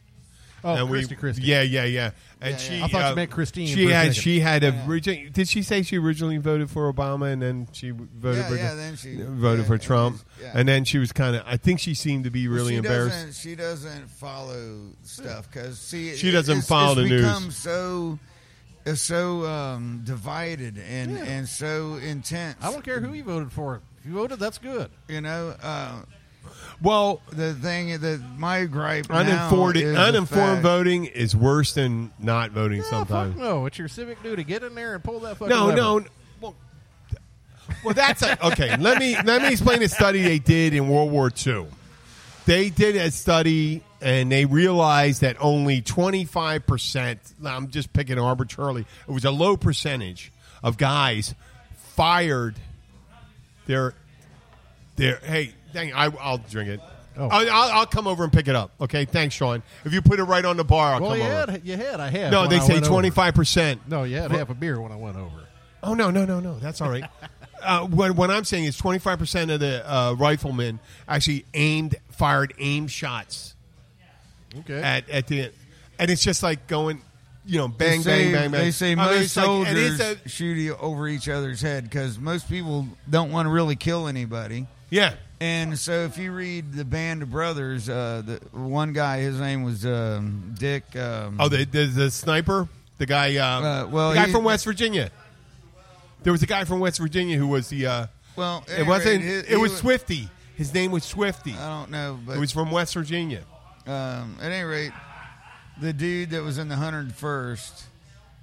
S4: Oh,
S3: and
S4: Christy,
S3: we,
S4: Christy.
S3: Yeah, yeah, yeah. And
S5: Yeah,
S3: she,
S5: yeah.
S4: I thought you
S3: uh,
S4: meant Christine
S3: She
S4: for a
S3: had,
S4: second.
S3: she had originally. Did she say she originally voted for Obama and then she w- voted
S5: Yeah,
S3: for
S5: yeah, then she-
S3: voted
S5: yeah,
S3: for
S5: and
S3: Trump,
S5: she's- yeah.
S3: and then she was kind of. I think she seemed to be really
S5: she
S3: embarrassed.
S5: Doesn't, she doesn't follow stuff because see, it-
S3: She doesn't
S5: it's,
S3: follow
S5: it's
S3: the news.
S5: become So, it's so um, divided and and so intense.
S4: I don't care who you voted for. If you voted, that's good. Ah,
S5: You know, uh,
S3: Well,
S5: the thing that my gripe now
S3: uninformed
S5: is the
S3: uninformed
S5: fact-
S3: voting is worse than not voting
S4: Yeah,
S3: sometimes.
S4: fuck no. It's your civic duty. Get in there and pull that fucking
S3: No,
S4: lever.
S3: no. n- Well, well, that's a, okay. Let me let me explain a study they did in World War II. They did a study and they realized that only twenty five percent. I'm just picking arbitrarily. It was a low percentage of guys fired their their. Hey, dang, I, I'll drink it.
S4: Oh.
S3: I, I'll, I'll come over and pick it up. Okay, thanks, Sean. If you put it right on the bar, I'll
S4: Well,
S3: come
S4: you
S3: over.
S4: had, you had a half.
S3: No,
S4: when
S3: they
S4: I
S3: say
S4: went over.
S3: twenty five percent.
S4: No, you had half a beer when I went over.
S3: Oh no, no, no, no. That's all
S5: (laughs)
S3: right. uh, what, what I'm saying is, 25 percent of the uh, riflemen actually aimed, fired aimed shots
S4: Okay.
S3: at at the end, and it's just like going, you know, bang,
S5: Eh. they say,
S3: bang, bang, bang.
S5: They say
S3: I mean,
S5: most
S3: it's like- and
S5: soldiers
S3: it's a-
S5: shoot e- over each other's head because most people don't want to really kill anybody.
S3: yeah,
S5: And so, if you read the Band of Brothers, uh, the one guy, his name was um, Dick. Um,
S3: Oh, the, the, the sniper, the guy, uh,
S5: Uh, well,
S3: the guy
S5: he-
S3: from West Virginia. There was a guy from West Virginia who was the. Uh,
S5: Well, at
S3: it
S5: any
S3: wasn't.
S5: rate,
S3: It,
S5: he- he
S3: was
S5: wa-
S3: Swifty. His name was Swifty.
S5: I don't know, but
S3: It was from West Virginia.
S5: um, at any rate, the dude that was in the hundred first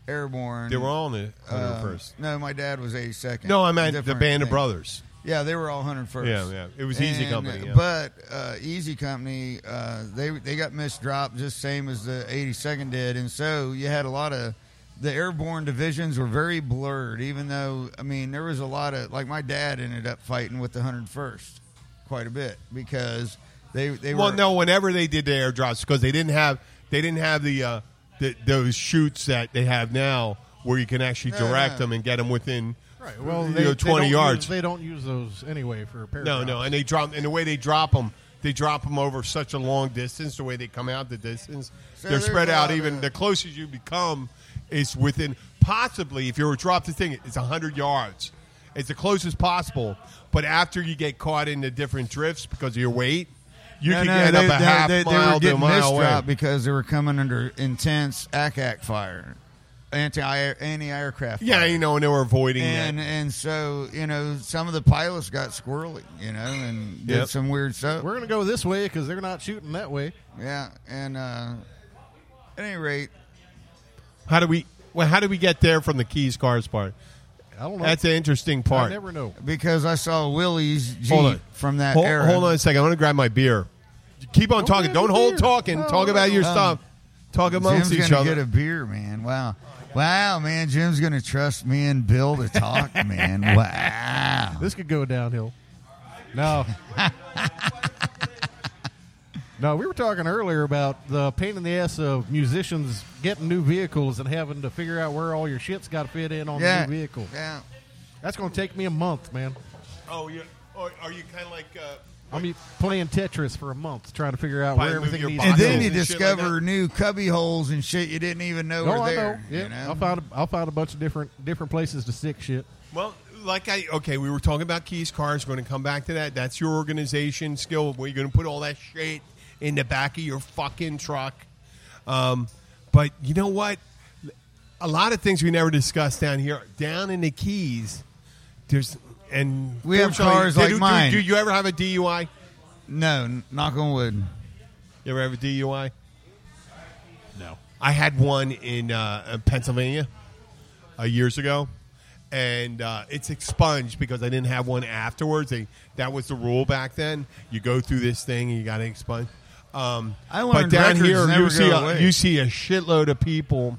S5: Airborne.
S3: They were all in the
S5: um,
S3: 101st.
S5: No, my dad was eighty second.
S3: no, I meant the
S5: Different
S3: Band of
S5: thing.
S3: Brothers.
S5: Yeah, they were all hundred first.
S3: Yeah, yeah. It was Easy Company, yeah.
S5: But uh, Easy Company, uh, they they got misdropped just same as the eighty second did, and so you had a lot of. The airborne divisions were very blurred, even though I mean there was a lot of like my dad ended up fighting with the 101st quite a bit because they they
S3: Well,
S5: were
S3: no. Whenever they did the airdrops, because they didn't have they didn't have the, uh, the those shoots that they have now, where you can actually
S5: No,
S3: direct
S5: no.
S3: them and get them within
S4: right. Well,
S3: you
S4: they,
S3: know,
S4: they
S3: twenty
S4: don't
S3: yards.
S4: Use, they don't use those anyway for a
S3: no, no, and they drop and the way they drop them, they drop them over such a long distance. The way they come out the distance,
S5: So
S3: they're
S5: there's
S3: spread
S5: a
S3: out.
S5: lot of-
S3: Even the closest you become is within possibly if you were to drop the thing, it's hundred yards. It's the closest possible, but after you get caught in the different drifts because of your weight, you can get up a half mile to a mile away.
S5: misdropped because they were coming under intense ACAC fire, anti anti aircraft.
S3: Yeah, you know, and they were avoiding
S5: and
S3: that.
S5: and so you know some of the pilots got squirrely, you know, and did
S3: Yep.
S5: some weird stuff.
S4: We're gonna go this way because they're not shooting that way.
S5: yeah, and uh, at any rate,
S3: How do we? Well, how do we get there from the keys cars part?
S4: I don't know.
S3: That's the interesting
S4: I
S3: part.
S4: never know.
S5: because I saw Willie's Jeep
S3: hold on
S5: from that
S3: hold,
S5: era.
S3: hold on a second. I want to grab my beer. Keep on talking.
S4: grab
S3: Don't
S4: your
S3: hold
S4: beer.
S3: talking.
S4: No,
S3: Talk about your
S5: no.
S3: stuff. Talk amongst
S5: Jim's
S3: each
S5: Oh, um, gonna
S3: other.
S5: get a beer, man. Wow, wow, man. Jim's gonna trust me and Bill
S3: (laughs)
S5: to talk, man. Wow.
S4: This could go downhill.
S3: (laughs)
S4: No. no, we were talking earlier about the pain in the ass of musicians getting new vehicles and having to figure out where all your shit's got to fit in on
S5: Yeah,
S4: the new vehicle.
S5: Yeah.
S4: That's going to take me a month, man.
S3: oh, you're, or are you kind of like? Uh,
S4: I'll be playing Tetris for a month trying to figure out
S3: Probably
S4: where
S3: move
S4: everything
S3: your
S4: needs
S5: And
S4: to
S5: then
S4: go.
S5: you
S3: and shit like
S5: discover
S3: that.
S5: new cubby holes and shit you didn't even know
S4: No,
S5: were
S4: I know.
S5: there.
S4: Yeah,
S5: you know?
S4: I'll find a, I'll find a bunch of different different places to stick shit.
S3: well, like I okay, we were talking about keys cars. We're going to come back to that. That's your organization skill. Where you're going to put all that shit in the back of your fucking truck. Um, but you know what? A lot of things we never discuss down here, down in the Keys. There's and
S5: We have
S3: fortunately-
S5: cars
S3: Did-
S5: like
S3: do- do-
S5: mine.
S3: Do, you ever have a DUI?
S5: No, n- knock on wood.
S3: You ever have a DUI?
S4: No.
S3: I had one in uh, uh, Pennsylvania uh, years ago, and uh, it's expunged because I didn't have one afterwards. They, that was the rule back then. You go through this thing and you got to expunge. Um,
S5: I
S3: but
S5: learned
S3: down
S5: records
S3: here,
S5: never
S3: you see,
S5: go
S3: a,
S5: away.
S3: you see a shitload of people.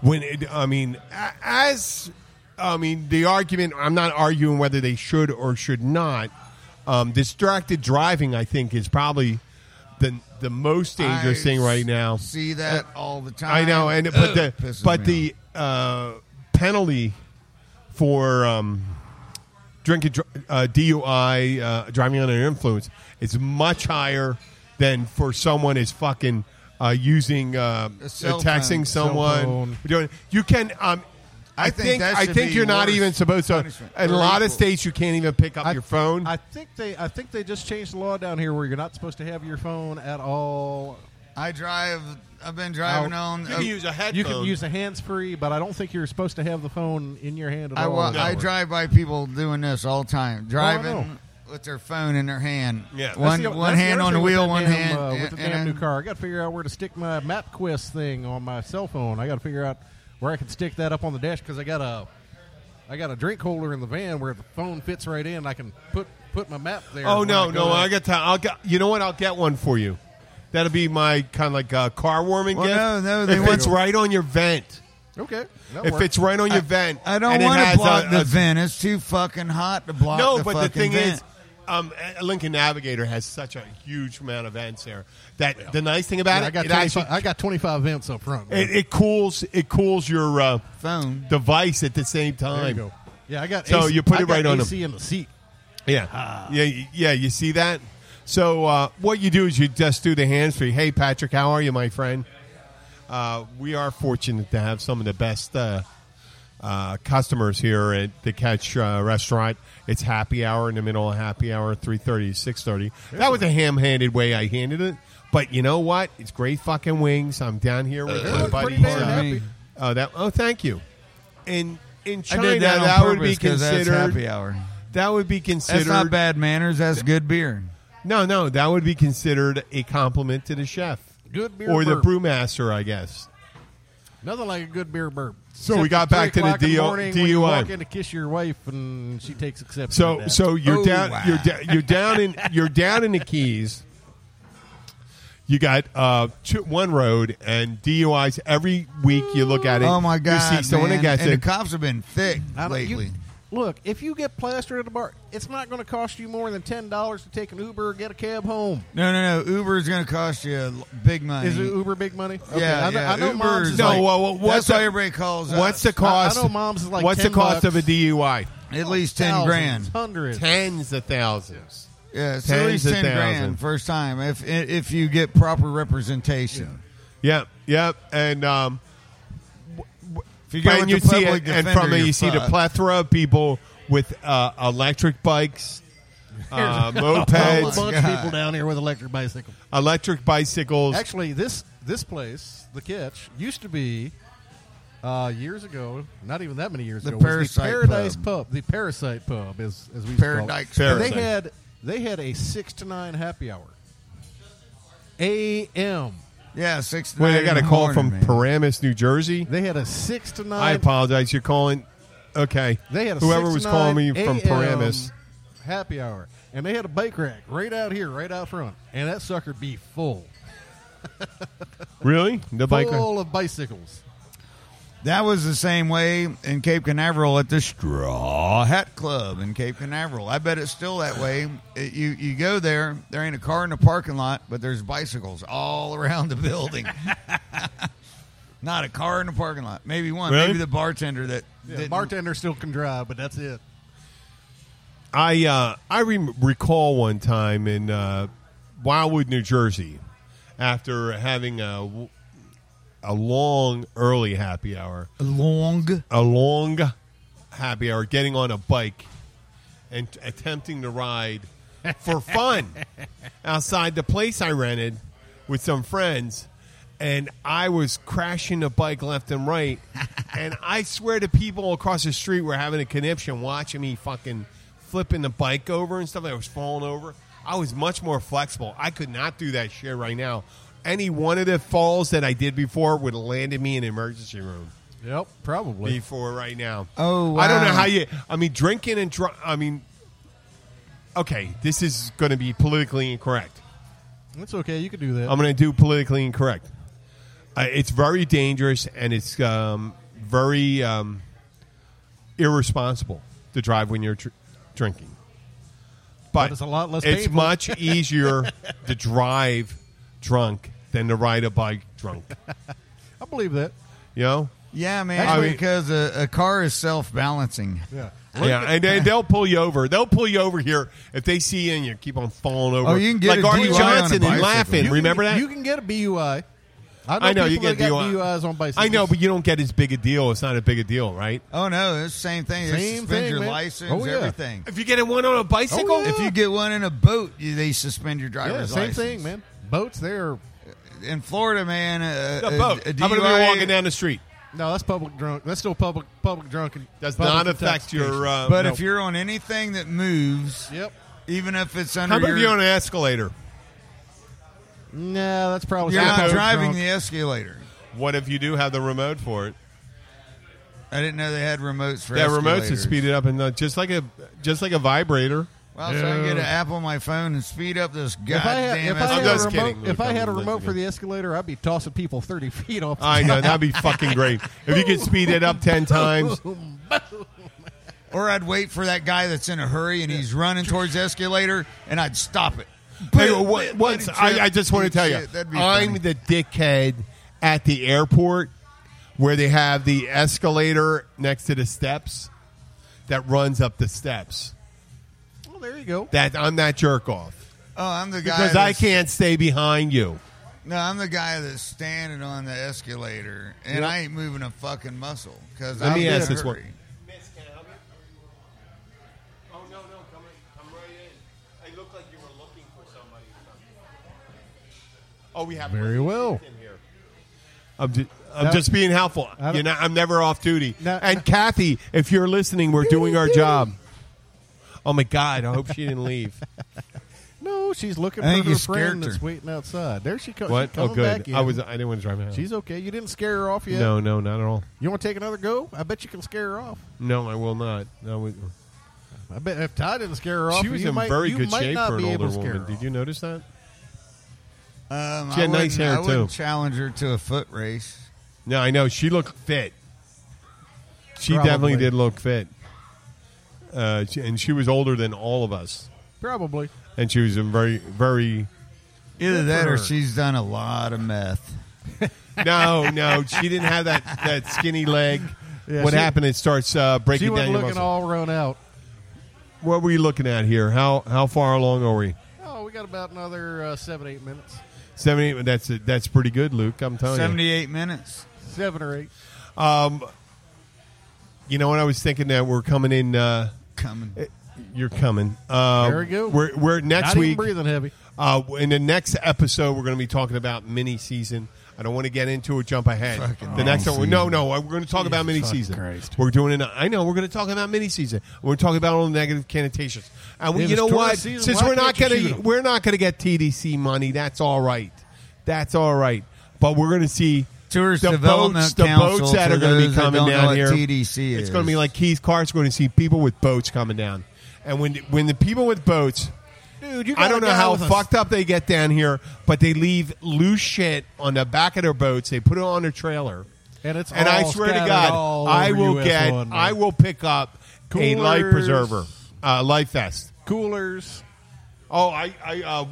S3: When it, I mean, a- as I mean, the argument. I'm not arguing whether they should or should not. Um, distracted driving, I think, is probably the the most dangerous
S5: I
S3: thing right now. Uh,
S5: See that all the time.
S3: I know, and but
S5: Ugh,
S3: the
S5: pisses
S3: but
S5: me
S3: the uh, penalty for um, drinking dr- uh, DUI, uh, driving under the influence, is much higher than for someone is fucking uh, using uh,
S5: A cell
S3: texting
S5: phone. Cell
S3: someone.
S4: phone.
S3: Doing you can. Um, I,
S5: I think
S3: think,
S5: that
S3: I
S5: should
S3: think
S5: be
S3: you're not
S5: worse
S3: even supposed to.
S5: punishment.
S3: In a
S5: Or
S3: lot of
S5: equal.
S3: states, you can't even pick up
S4: I-
S3: your phone.
S4: I think they I think they just changed the law down here where you're not supposed to have your phone at all.
S5: off. I drive. I've been driving
S4: Out.
S5: on. uh,
S3: a headphone.
S4: You can use a hands free, but I don't think you're supposed to have the phone in your hand at
S5: I,
S4: all.
S5: wa- I drive by people doing this all the
S3: Oh,
S5: time, driving
S4: know.
S5: with their phone in their hand.
S3: Yeah. That's
S5: one
S4: That's the-
S5: one
S4: that's
S5: hand
S4: other
S5: on the
S4: thing with
S5: wheel,
S4: that
S5: one
S4: damn,
S5: hand
S4: uh, with the
S5: and-
S4: damn new car. I got to figure out where to stick my MapQuest thing on my cell phone. I got to figure out where I can stick that up on the dash because I got a I got a drink holder in the van where the phone fits right in. I can put put my map there.
S3: Oh
S4: when
S3: no,
S4: go
S3: no,
S4: out.
S3: I got time. I'll get. You know what? I'll get one for you. That'll be my kind of like uh, car warming
S5: Well,
S3: gift.
S5: no, no, they
S3: if
S5: want-
S3: it's right on your vent,
S4: okay. that
S3: if
S4: works.
S3: it's right on your vent,
S5: I don't
S3: and it
S5: want
S3: has
S5: to block
S3: a-
S5: the
S3: a-
S5: vent. It's too fucking hot to block
S3: No,
S5: the
S3: but the
S5: fucking
S3: thing
S5: vent.
S3: is, um, uh, Lincoln Navigator has such a huge amount of vents there that the nice thing about
S4: Yeah,
S3: it,
S4: I got
S3: it
S4: 25
S3: actually
S4: I got twenty five vents up front. man.
S3: it, it cools it cools your uh,
S5: phone.
S3: device at the same
S4: there
S3: time.
S4: you go. Yeah, I got.
S3: So
S4: AC,
S3: you put
S4: I
S3: it right
S4: got
S3: on 'em.
S4: AC in the seat.
S3: Yeah,
S5: Ah.
S3: yeah, y- yeah. You see that? So uh, what you do is you just do the hands free. Hey, Patrick, how are you, my friend? Uh, we are fortunate to have some of the best uh, uh, customers here at the Catch uh, Restaurant. It's happy hour in the middle of happy hour, three thirty to six thirty. That was a ham-handed way I handed it, but you know what? It's great fucking wings. I'm down here with my
S4: look
S3: buddy.
S4: pretty damn
S3: uh,
S4: happy.
S3: uh, that oh, thank you. In in
S5: I
S3: China,
S5: did that on
S3: would be
S5: purpose 'cause
S3: considered.
S5: that's happy hour.
S3: That would be considered.
S5: That's not bad manners. That's good beer.
S3: No, no, that would be considered a compliment to the chef.
S4: Good beer
S3: or the
S4: burp.
S3: brewmaster, I guess.
S4: Nothing like a good beer burp.
S3: So we got
S4: Except for three
S3: back to the
S4: o'clock in
S3: DO
S4: morning when you
S3: DUI.
S4: walk in to kiss your wife, and she takes exception. to
S3: So
S4: that.
S3: so you're
S5: Oh,
S3: down
S5: wow.
S3: you're da- you're down in you're down in the keys. You got uh, two, one road and DUIs every week. You look at it.
S5: Oh my god!
S3: You see someone
S5: man.
S3: that gets
S5: and
S3: it.
S5: the cops have been thick
S4: I don't- you-
S5: lately.
S4: look, if you get plastered at a bar, it's not going to cost you more than ten dollars to take an Uber or get a cab home.
S5: no, no, no. Uber is going to cost you l- big money.
S4: Is it Uber big money? Okay,
S5: Yeah,
S4: I know,
S5: yeah.
S4: I know
S5: Uber
S4: mom's
S5: is
S4: is
S3: no,
S5: like-
S4: like,
S3: well, well, what's
S5: that's why
S3: the-
S5: everybody calls.
S3: what's
S5: us.
S3: the cost?
S4: know mom's is like
S3: what's the
S4: 10
S3: cost of a
S4: bucks.
S3: DUI?
S5: At least ten
S4: thousands,
S5: grand.
S4: hundreds.
S3: Tens of thousands.
S5: Yeah, it's
S3: Tens
S5: at least
S3: of
S5: ten
S3: thousand.
S5: grand first time if if you get proper representation.
S3: Yep, yep, and um,
S5: If you go
S3: and
S5: with
S3: you
S5: the
S3: see
S5: public
S3: it, and
S5: defender,
S3: from it,
S5: you're
S3: you see the
S5: fucked.
S3: plethora of people with uh, electric bikes, uh,
S4: A
S3: mopeds,
S5: Oh, my
S4: bunch of
S5: God.
S4: people down here with electric bicycle.
S3: electric bicycles.
S4: Actually, this this place, the Catch, used to be uh, years ago. Not even that many years
S5: The
S4: ago. was
S5: Parasite
S4: Paradise
S5: Pub.
S4: pub. The Parasite Pub, as as we
S5: Paradise
S4: Call it. And
S3: Pub.
S4: They had they had a six to nine happy hour. A.M.
S5: Yeah, six. to
S3: Wait,
S5: nine
S3: I got a
S5: in the
S3: call from
S5: morning, man.
S3: Paramus, New Jersey.
S4: They had a six to nine.
S3: I apologize. You're calling. Okay,
S4: They had a
S3: whoever
S4: 6
S3: was
S4: to
S3: calling me
S4: 9
S3: from
S4: a.m.
S3: Paramus.
S4: happy hour, and they had a bike rack right out here, right out front, and that sucker be full,
S3: Really? The bike.
S4: full of bicycles.
S5: That was the same way in Cape Canaveral at the Straw Hat Club in Cape Canaveral. I bet it's still that way. It- you you go there, there ain't a car in the parking lot, but there's bicycles all (laughs) around the building. Not a car in the parking lot. Maybe one.
S3: Really?
S5: Maybe the bartender that
S4: Yeah,
S5: didn't-
S4: bartender still can drive, but that's it.
S3: I uh, I re- recall one time in uh, Wildwood, New Jersey, after having a w- a long early happy hour.
S5: long.
S3: a long happy hour getting on a bike and t- attempting to ride for fun outside the place I rented with some friends. And I was crashing the bike left and right. And I swear to people across the street were having a conniption watching me fucking flipping the bike over and stuff. I was falling over. I was much more flexible. I could not do that shit right now. Any one of the falls that I did before would have landed me in an emergency room
S4: Yep, probably.
S3: before right now.
S5: Oh,
S3: I don't know
S5: wow.
S3: how you. I mean, drinking and dr- I mean, okay, this is going to be politically incorrect.
S4: It's okay. You could do that.
S3: I'm going to do politically incorrect. Uh, it's very dangerous and it's um, very um, irresponsible to drive when you're tr- drinking. But
S4: it's a lot less
S3: It's
S4: painful. (laughs)
S3: much easier to drive drunk than to ride a bike drunk.
S4: I believe that.
S3: You know.
S5: Yeah, man,
S3: Actually-
S5: because a, a car is self balancing.
S4: Yeah.
S3: yeah, and they, they'll pull you over. They'll pull you over here if they see you and you keep on falling over.
S5: Oh, you can get
S3: like
S5: a
S3: Artie
S5: DUI on a
S3: Johnson and
S5: bicycle.
S3: laughing.
S5: You
S3: Remember that?
S4: You can get a BUI. I know,
S3: I know you
S4: people
S3: get
S4: that got
S3: DUI.
S4: DUIs on bicycles.
S3: I know, but you don't get as big a deal. It's not a big a deal, right?
S5: Oh no, it's the same thing. They
S4: Same
S5: suspend
S4: thing,
S5: your
S4: man.
S5: license,
S4: Oh, yeah.
S5: everything.
S3: If you get in one on a bicycle,
S4: Oh, yeah.
S5: If you get one in a boat, you, they suspend your
S4: yeah,
S5: driver's
S4: same
S5: license.
S4: thing, man. Boats there.
S5: In Fllorida, man, uh, a,
S3: a
S5: a-
S3: boat,
S5: a
S3: I'm going to be
S5: DUI
S3: walking down the street.
S4: No, that's public drunk. That's still public public drunken.
S3: Does
S4: public
S3: not affect your.
S4: intoxication.
S3: Uh,
S5: But
S3: no.
S5: if you're on anything that moves,
S4: Yep.
S5: even if it's under
S3: how about
S5: your,
S3: if you're on an escalator?
S4: No, that's probably
S5: you're
S4: still
S5: not
S4: public
S5: driving
S4: drunk.
S5: the escalator.
S3: What if you do have the remote for it?
S5: I didn't know they had remotes for
S3: Yeah,
S5: escalators.
S3: remotes that speed it up and uh, just like a just like a vibrator.
S5: Well, so I can get an app on my phone and speed up this goddamn
S4: If I had, if I
S5: escalator.
S4: had,
S3: just
S4: a
S3: kidding,
S4: remote,
S3: Luke.
S4: if I
S3: I'm
S4: had a
S3: just
S4: remote for
S3: kidding.
S4: the escalator, I'd be tossing people thirty (laughs) feet off.
S3: I know that'd be fucking great if you could speed it up
S5: (laughs)
S3: ten times.
S5: Or I'd wait for that guy that's in a hurry and he's running towards the escalator, and I'd stop it.
S3: Hey, what- once I, I just want to tell you,
S5: Shit, that'd be
S3: I'm
S5: funny.
S3: the dickhead at the airport where they have the escalator next to the steps that runs up the steps.
S4: Well, there you go.
S3: That I'm that jerk off
S5: Oh, I'm the guy
S3: because I
S5: that's-
S3: can't stay behind you.
S5: No, I'm the guy that's standing on the escalator, and I ain't moving a fucking muscle because
S3: Let
S5: I'm
S3: me
S5: in
S3: ask
S5: a
S3: this
S5: hurry.
S3: one. Miss, can I help you? Oh no, no, come in. I'm right in. I look like you were looking for somebody. Oh, we have
S4: Very well.
S3: I'm just, I'm
S4: No.
S3: just being helpful.
S4: I don't-
S3: You're not, I'm never off duty.
S4: No.
S3: and Kathy, if you're listening, we're doing our job. Oh my God! I hope she
S4: (laughs)
S3: didn't leave.
S4: No, she's looking
S5: I
S4: for
S5: think
S4: her
S5: you
S4: friend
S5: scared her.
S4: that's waiting outside. There she comes.
S3: what? Oh,
S4: coming Back
S3: good.
S4: in.
S3: I was. I didn't want to drive my house.
S4: She's okay. You didn't scare her off yet.
S3: No, no, not at all.
S4: You want to take another go? I bet you can scare her off.
S3: No, I will not. No, we,
S4: I bet if Ty didn't scare her off,
S3: she was
S4: you
S3: in
S4: might,
S3: very
S4: you
S3: good
S4: might
S3: shape
S4: not
S3: for an
S4: be
S3: older
S4: able to scare
S3: woman.
S4: her
S3: Did you notice that?
S5: Um,
S3: She had nice
S5: I wouldn't-
S3: hair,
S5: I wouldn't
S3: too.
S5: challenge her to a foot race.
S3: No, I know she looked fit. She
S4: Probably.
S3: definitely did look fit, uh, she- and she was older than all of us,
S4: off. Probably.
S3: and she was in very, very.
S5: Either
S4: Good
S5: that,
S4: for
S5: or
S4: her.
S5: she's done a lot of meth.
S3: No, no, she didn't have that that skinny leg.
S4: Yeah,
S3: what
S4: she-
S3: happened? It starts uh,
S4: She
S3: breaking
S4: was
S3: down your
S4: looking
S3: muscle.
S4: all run out.
S3: what were you looking at here? How how far along are we?
S4: Oh, we got about another uh, seven, eight minutes.
S3: Seventy. That's that's pretty good, Luke. I'm
S5: Oh,
S3: telling you.
S5: Seventy-eight minutes.
S4: Seven or eight.
S3: You know what I was thinking that we're coming in. Uh,
S5: Coming.
S3: you're coming. Uh,
S4: Very good.
S3: We're, we're next
S4: Not
S3: week.
S4: even breathing heavy.
S3: Uh, in the next episode, we're going to be talking about mini season. I don't want to get into it. Jump ahead.
S5: Fucking
S3: the next one,
S5: mini-season.
S3: no, no, we're going to talk about mini season.
S4: Christ.
S3: We're doing it. I know we're going to talk about mini season. We're talking about all the negative connotations. And we,
S4: If
S3: you
S4: it's
S3: know
S4: tourist
S3: what?
S4: season,
S3: Since
S4: why
S3: we're not
S4: can't you
S3: going
S4: shoot
S3: to,
S4: 'em?
S3: we're not going to get TDC money. That's all right. That's all right. But we're going to see
S5: Tourist
S3: the
S5: Development
S3: boats, the
S5: Council,
S3: boats that
S5: for
S3: are going to be
S5: those that
S3: coming
S5: don't know
S3: down
S5: what
S3: here.
S5: TDC
S3: It's
S5: is.
S3: going to be like Keith's cars. We're going to see people with boats coming down. And when when the people with boats
S4: Dude, you
S3: I don't know how fucked up they get down here, but they leave loose shit on the back of their boats. They put it on their trailer,
S4: And it's
S3: and I
S4: all
S3: swear to
S4: scattered
S3: God,
S4: all
S3: I
S4: over
S3: will
S4: US
S3: get,
S4: one, man.
S3: I will pick up a life
S4: Coolers.
S3: preserver, uh, life vest.
S4: coolers.
S3: Oh, I, I, uh,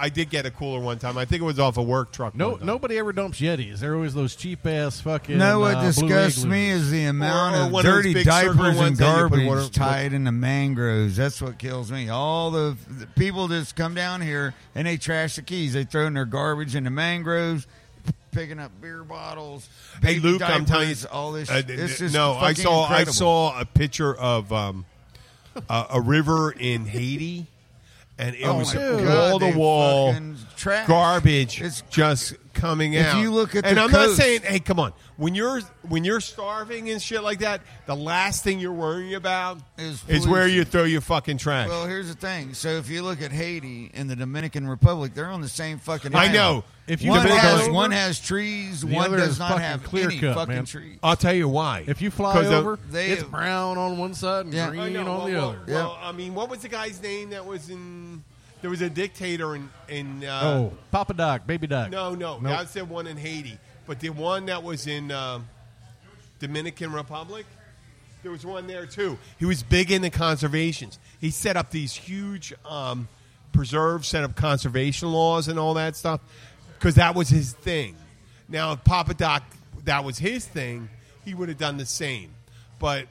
S3: I did get a cooler one time. I think it was off a work truck.
S4: No,
S3: one time.
S4: nobody ever dumps Yetis. They're always those cheap ass fucking.
S5: No, what
S4: uh,
S5: disgusts
S4: Blue
S5: me
S4: Igloos.
S5: is the amount
S3: Or- or
S5: of
S3: one of those
S5: dirty
S3: big circle
S5: diapers and
S3: ones that you put
S5: garbage
S3: water-
S5: tied in the mangroves. That's what kills me. All the, the people just come down here and they trash the keys. They throw in their garbage in the mangroves, picking up beer bottles.
S3: Hey
S5: baby
S3: Luke, I'm telling you,
S5: diapers, all this.
S3: uh,
S5: shit. it's just
S3: no, I
S5: fucking
S3: saw I
S5: incredible.
S3: saw a picture of um, uh, a river in Haiti, and it
S5: Oh
S3: was
S5: my God,
S3: all the
S5: they
S3: wall
S5: fucking trash.
S3: garbage
S5: It's-
S3: just coming
S5: If
S3: out.
S5: you look at
S3: and
S5: the
S3: I'm not
S5: coast-
S3: saying, hey, come on, when you're when you're starving and shit like that, the last thing you're worrying about
S5: Is
S3: is, where
S5: pollution.
S3: you throw your fucking trash.
S5: Well, here's the thing. So if you look at Haiti and the Dominican Republic, they're on the same fucking.
S3: I
S5: island.
S3: know. If you
S5: one
S3: develop
S5: has
S3: over-
S5: one has trees, one
S4: other
S5: does
S4: is
S5: not
S4: fucking
S5: have
S4: clear
S5: any
S4: cut,
S5: fucking
S4: man.
S5: tree.
S3: I'll tell you why.
S4: If you fly
S3: 'Cause the-
S4: over,
S5: they-
S4: it's brown on one side and
S5: Yeah.
S4: green
S3: I know,
S4: on the
S3: well,
S4: other.
S5: Yeah.
S3: Well, I mean, what was the guy's name that was in? There was a dictator in in. Uh,
S4: oh, Papa Doc, Baby Doc.
S3: No, no,
S4: Nope.
S3: I said one in Haiti, but the one that was in um Dominican Republic, there was one there too. He was big into conservations. He set up these huge um, preserves, set up conservation laws and all that stuff because that was his thing. Now, if Papa Doc, that was his thing, he would have done the same. But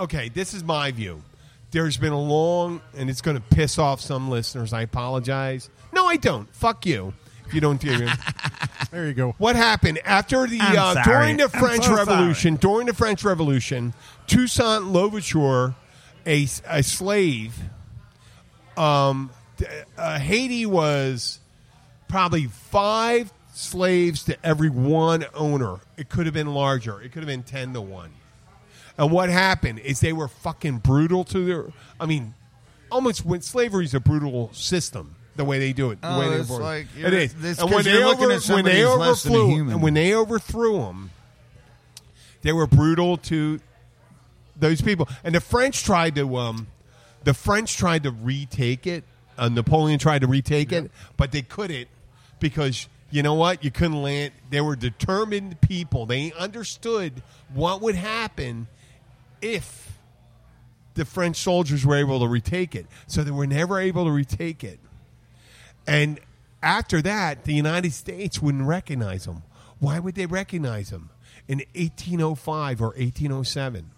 S3: okay, this is my view. There's been a long, and it's going to piss off some listeners. I apologize. No, I don't. Fuck you. If you don't hear me.
S4: There you go.
S3: What happened after the
S6: I'm
S3: uh,
S6: sorry.
S3: during the
S6: I'm
S3: French
S6: so
S3: Revolution? During the French Revolution, Toussaint Louverture, a, a slave, um, d- uh, Haiti was probably five slaves to every one owner. It could have been larger. It could have been ten to one. And what happened is they were fucking brutal to their. I mean, almost when slavery is a brutal system. The way they do it, the
S5: Oh,
S3: way they
S5: it's
S3: work.
S5: like you're-
S3: it is.
S5: this-
S3: and
S5: 'cause
S3: when they
S5: you're looking
S3: over,
S5: at
S3: when
S5: somebody
S3: they
S5: who's less than a
S3: overthrew,
S5: human.
S3: and when they overthrew them, they were brutal to those people. And the French tried to, um, the French tried to retake it. Uh, Napoleon tried to retake it, but they couldn't because you know what? You couldn't land. They were determined people. They understood what would happen if the French soldiers were able to retake it. So they were never able to retake it. And after that, the United States wouldn't recognize them. Why would they recognize them in 1805 or 1807?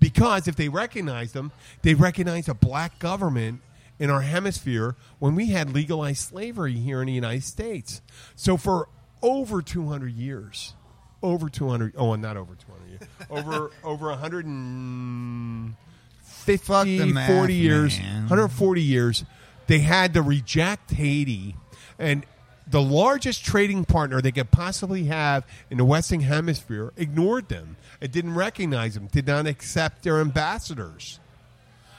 S3: Because if they recognized them, they recognized a black government in our hemisphere when we had legalized slavery here in the United States. So for over 200 years, over 200, oh, not over 200 years, over, over 150,
S5: Fuck the math,
S3: 40 years,
S5: man.
S3: 140 years, they had to reject Haiti. And the largest trading partner they could possibly have in the Western Hemisphere ignored them. It didn't recognize them, did not accept their ambassadors.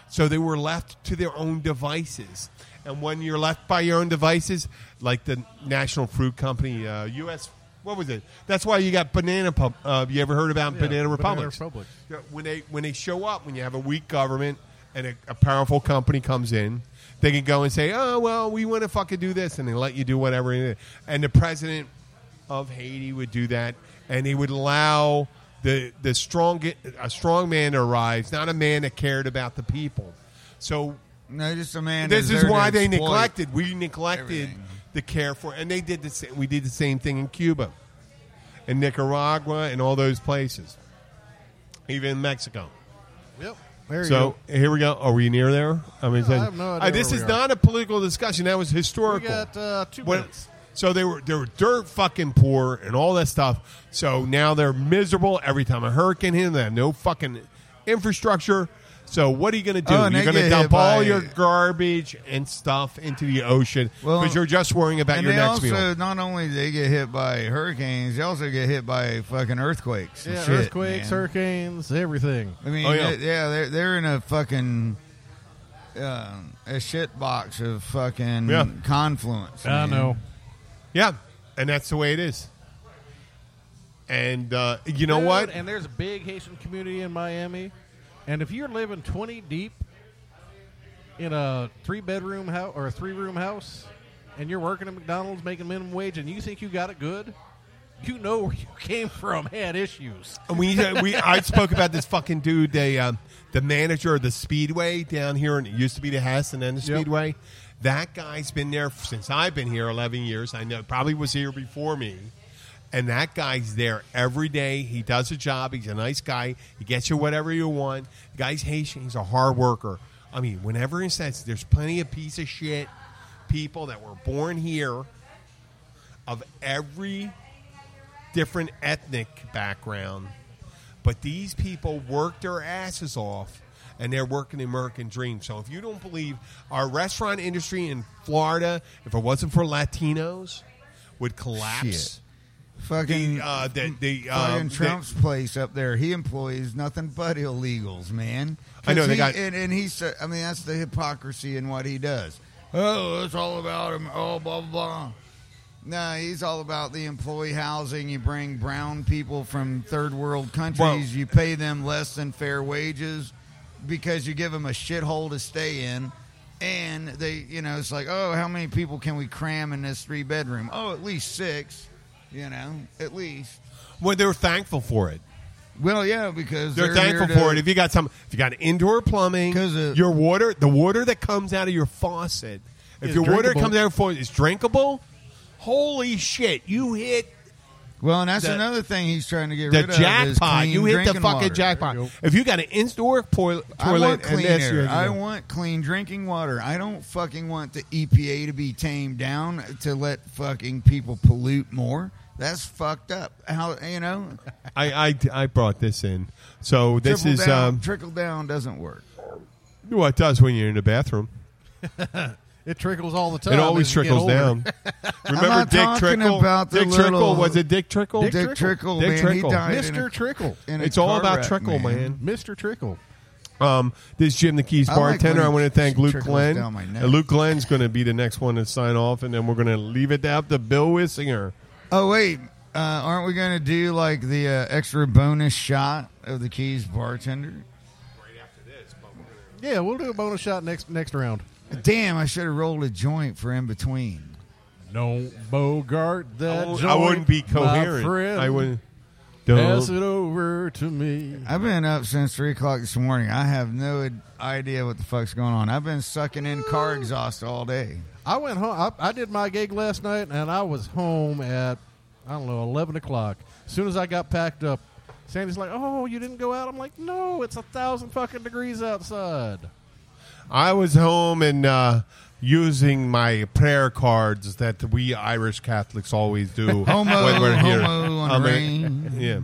S3: So they were left to their own devices. And when you're left by your own devices, like the National Fruit Company, uh, U.S. What was it? That's why you got banana. Pub, uh, you ever heard about banana republics?
S4: Republic.
S3: Yeah, when they when they show up, when you have a weak government and a, a powerful company comes in, they can go and say, "Oh well, we want to fucking do this," and they let you do whatever. it is. And the president of Haiti would do that, and he would allow the the strong a strong man to arrive, not a man that cared about the people. So
S5: No, just a man.
S3: this
S5: that's
S3: is
S5: there
S3: why
S5: to
S3: they
S5: exploit.
S3: neglected. We neglected
S5: everything.
S3: the care for, and they did the same. We did the same thing in Cuba, and Nicaragua, and all those places, even Mexico.
S4: Yep. There you
S3: So
S4: go.
S3: here we go. Are we near there? I mean,
S4: I have no idea
S3: uh, this
S4: where
S3: is
S4: we are.
S3: not a political discussion. That was historical.
S4: We got, uh, two
S3: When-
S4: minutes.
S3: So they were they were dirt fucking poor and all that stuff. So now they're miserable every time a hurricane hits. They have no fucking infrastructure. So what are you going to do?
S5: Oh, and
S3: you're
S5: they
S3: going to
S5: get
S3: dump
S5: hit
S3: all
S5: by-
S3: your garbage and stuff into the ocean
S5: Well,
S3: because you're just worrying about
S5: And
S3: your
S5: they
S3: next
S5: also
S3: meal.
S5: not only they get hit by hurricanes, they also get hit by fucking earthquakes. and
S4: Yeah,
S5: shit,
S4: earthquakes,
S5: man.
S4: hurricanes, everything.
S5: I mean,
S3: Oh, yeah.
S5: they- yeah, they're, they're in a fucking uh, a shit box of fucking
S3: Yeah.
S5: confluence.
S4: I
S5: man.
S4: know.
S3: Yeah, and that's the way it is. And uh, you know
S4: Dude,
S3: what?
S4: And there's a big Haitian community in Miami. And if you're living 20 deep in a three bedroom house or a three room house and you're working at McDonald's making minimum wage and you think you got it good, you know where you (laughs) came from had issues.
S3: And we, uh, we I spoke about this fucking dude, they, um, the manager of the Speedway down here, and it used to be the Hess and then the
S4: Yep.
S3: Speedway. That guy's been there since I've been here 11 years. I know probably was here before me. And that guy's there every day. He does a job. He's a nice guy. He gets you whatever you want. The guy's Haitian. He's a hard worker. I mean, whenever he says there's plenty of piece of shit people that were born here of every different ethnic background, but these people work their asses off and they're working the American dream. So if you don't believe our restaurant industry in Florida, if it wasn't for Latinos, would collapse.
S5: Shit. Fucking
S3: The uh, the, the um,
S5: Fucking
S3: the-
S5: Trump's place up there. He employs nothing but illegals, man.
S3: I know,
S5: 'Cause
S3: they
S5: he-
S3: got-
S5: and, and he's. uh, I mean, that's the hypocrisy in what he does. Oh, it's all about him. Oh, blah blah. blah. No, he's all about the employee housing. You bring brown people from third world countries.
S3: Well-
S5: you pay them less than fair wages because you give them a shithole to stay in. And they, you know, it's like, oh, how many people can we cram in this three bedroom? Oh, at least six. You know, at least.
S3: well, they're thankful for it.
S5: Well, yeah, because
S3: They're,
S5: they're,
S3: thankful for it. If you got some, if you got indoor plumbing,
S5: 'Cause it-
S3: your water, the water that comes out of your faucet, if
S4: Is
S3: your water
S4: drinkable.
S3: comes out of your faucet is drinkable, holy shit, you hit
S5: well, and that's
S3: the-
S5: another thing he's trying to get
S3: the
S5: rid of. is
S3: jackpot.
S5: clean
S3: You hit the
S5: drinking
S3: fucking
S5: water.
S3: jackpot. If you got an indoor poi-
S5: I
S3: toilet,
S5: want
S3: and this,
S5: clean
S3: you're-
S5: air. I want clean drinking water. I don't fucking want the EPA to be tamed down to let fucking people pollute more. That's fucked up. How you know?
S3: I, I I brought this in. So this
S5: trickle
S3: is
S5: down,
S3: um,
S5: trickle down doesn't work.
S3: what it does when you're in the bathroom.
S4: It trickles all the time.
S3: It always
S4: as you get
S3: trickles
S4: older.
S5: (laughs)
S3: down. Remember
S5: not
S3: Dick
S5: talking
S3: Trickle?
S5: about the
S3: Dick Trickle
S5: little-
S3: was it Dick Trickle?
S5: Dick Trickle,
S3: Dick
S5: man,
S3: Trickle.
S5: he died. in a-
S4: Mr. Trickle.
S5: in a
S3: It's all
S5: car
S3: about
S5: wreck,
S3: trickle, man.
S4: Mr. Trickle.
S3: Um, this is Jim the Keys
S5: I like
S3: bartender.
S5: when
S3: I want to
S5: it
S3: thank Luke
S5: trickles
S3: Glenn.
S5: down my neck.
S3: And Luke Glenn's going to be the next one to sign off, and then we're going to leave it up to Bill Wissinger.
S5: Oh wait, uh, aren't we going to do like the uh, extra bonus shot of the keys bartender?
S4: Yeah, we'll do a bonus shot next next round.
S5: Damn, I should have rolled a joint for in between.
S4: No Bogart
S3: I
S4: that
S3: won't-
S4: joint,
S3: I wouldn't be coherent.
S4: My friend,
S3: I wouldn't.
S4: Pass
S3: Don't.
S4: it over to me.
S5: I've been up since three o'clock this morning. I have no id- idea what the fuck's going on. I've been sucking in
S3: Mm.
S5: car exhaust all day.
S4: I went home. I, I did my gig last night, and I was home at I don't know eleven o'clock. As soon as I got packed up, Sandy's like, "Oh, you didn't go out?" I'm like, "No, it's a thousand fucking degrees outside."
S3: I was home and uh, using my prayer cards that we Irish Catholics always do
S5: (laughs) Homo,
S3: when we're here.
S5: homo on
S3: I mean,
S5: rain.
S3: (laughs) yeah.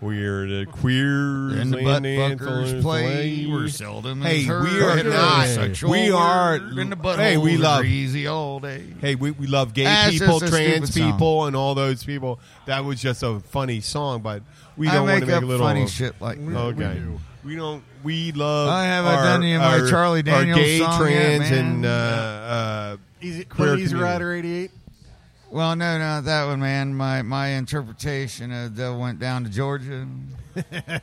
S3: We're the queers
S5: And the butt
S3: the
S5: fuckers
S3: antlers
S5: play. We're
S3: play.
S5: seldom
S3: Hey,
S5: heard.
S3: we are
S5: Fucking
S3: not-
S5: sexual
S3: we are-
S5: word. And the buttholes
S3: hey, we love-
S5: are easy all day.
S3: Hey, we, we love gay
S5: That's
S3: people,
S5: just a
S3: trans
S5: stupid song.
S3: people, and all those people. That was just a funny song, but we
S5: I
S3: don't want
S5: make
S3: to make
S5: up
S3: a little
S5: funny
S3: of-
S5: shit like that.
S3: Okay, we,
S4: do.
S3: don't. We love.
S5: I have
S3: our,
S5: identity in my
S3: our-
S5: Charlie Daniels
S3: our gay,
S5: song
S3: trans,
S5: yet, man.
S3: and uh, uh,
S4: Easy, Clint
S3: Queer
S4: Easy
S3: community.
S4: Rider '88.
S5: Well, no, no, that one, man. My my interpretation of Devil went down to Georgia.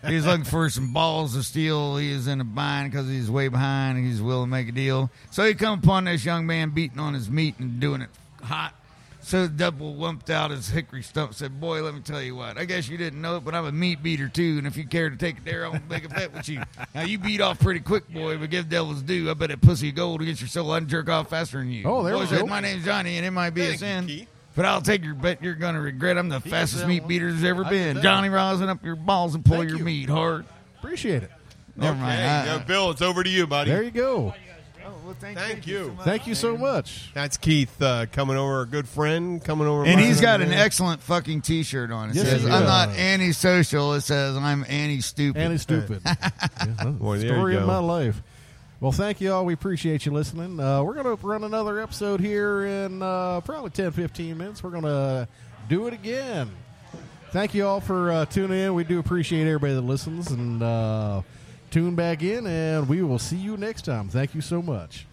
S5: he's looking for some balls of steel. He is in a bind because he's way behind. and He's willing to make a deal. So he come upon this young man beating on his meat and doing it hot. So the devil lumped out his hickory stump. Said, "Boy, let me tell you what. I guess you didn't know it, but I'm a meat beater too. And if you care to take it there, I'll make a bet with you. Now you beat off pretty quick, boy, but give devils due. I bet that pussy gold against your soul. I can jerk off faster than you.
S4: Oh, there
S5: Boy
S4: we
S5: said,
S4: go.
S5: My name's Johnny, and it might be a
S3: Thank you,
S5: sin."
S3: Keith.
S5: But I'll take your bet. You're gonna regret. I'm the fastest
S4: that
S5: meat
S4: one.
S5: beater there's ever
S4: I did
S5: been.
S4: that
S5: Johnny, rising up your balls and pull
S4: Thank
S5: your
S4: you.
S5: meat hard.
S4: Appreciate it.
S5: Never mind. I-
S3: Hey, uh, Bill, it's over to you, buddy.
S4: There you go.
S5: Oh, well, thank,
S3: Thank you.
S5: so much.
S4: Thank you so much.
S3: That's Keith uh, coming over, a good friend coming over,
S5: And he's got an
S3: Monday.
S5: excellent fucking T-shirt on. It
S4: Yes,
S5: says,
S4: he
S5: "I'm
S4: does.
S5: not antisocial." It says, "I'm
S3: (laughs)
S5: anti-stupid."
S4: And he's stupid. Yeah,
S3: Boy, there you
S4: story
S3: go.
S4: of my life. Well, thank you all. We appreciate you listening. Uh, we're going to run another episode here in uh, probably 10, 15 minutes. We're going to do it again. Thank you all for uh, tuning in. We do appreciate everybody that listens and uh, tune back in, and we will see you next time. Thank you so much.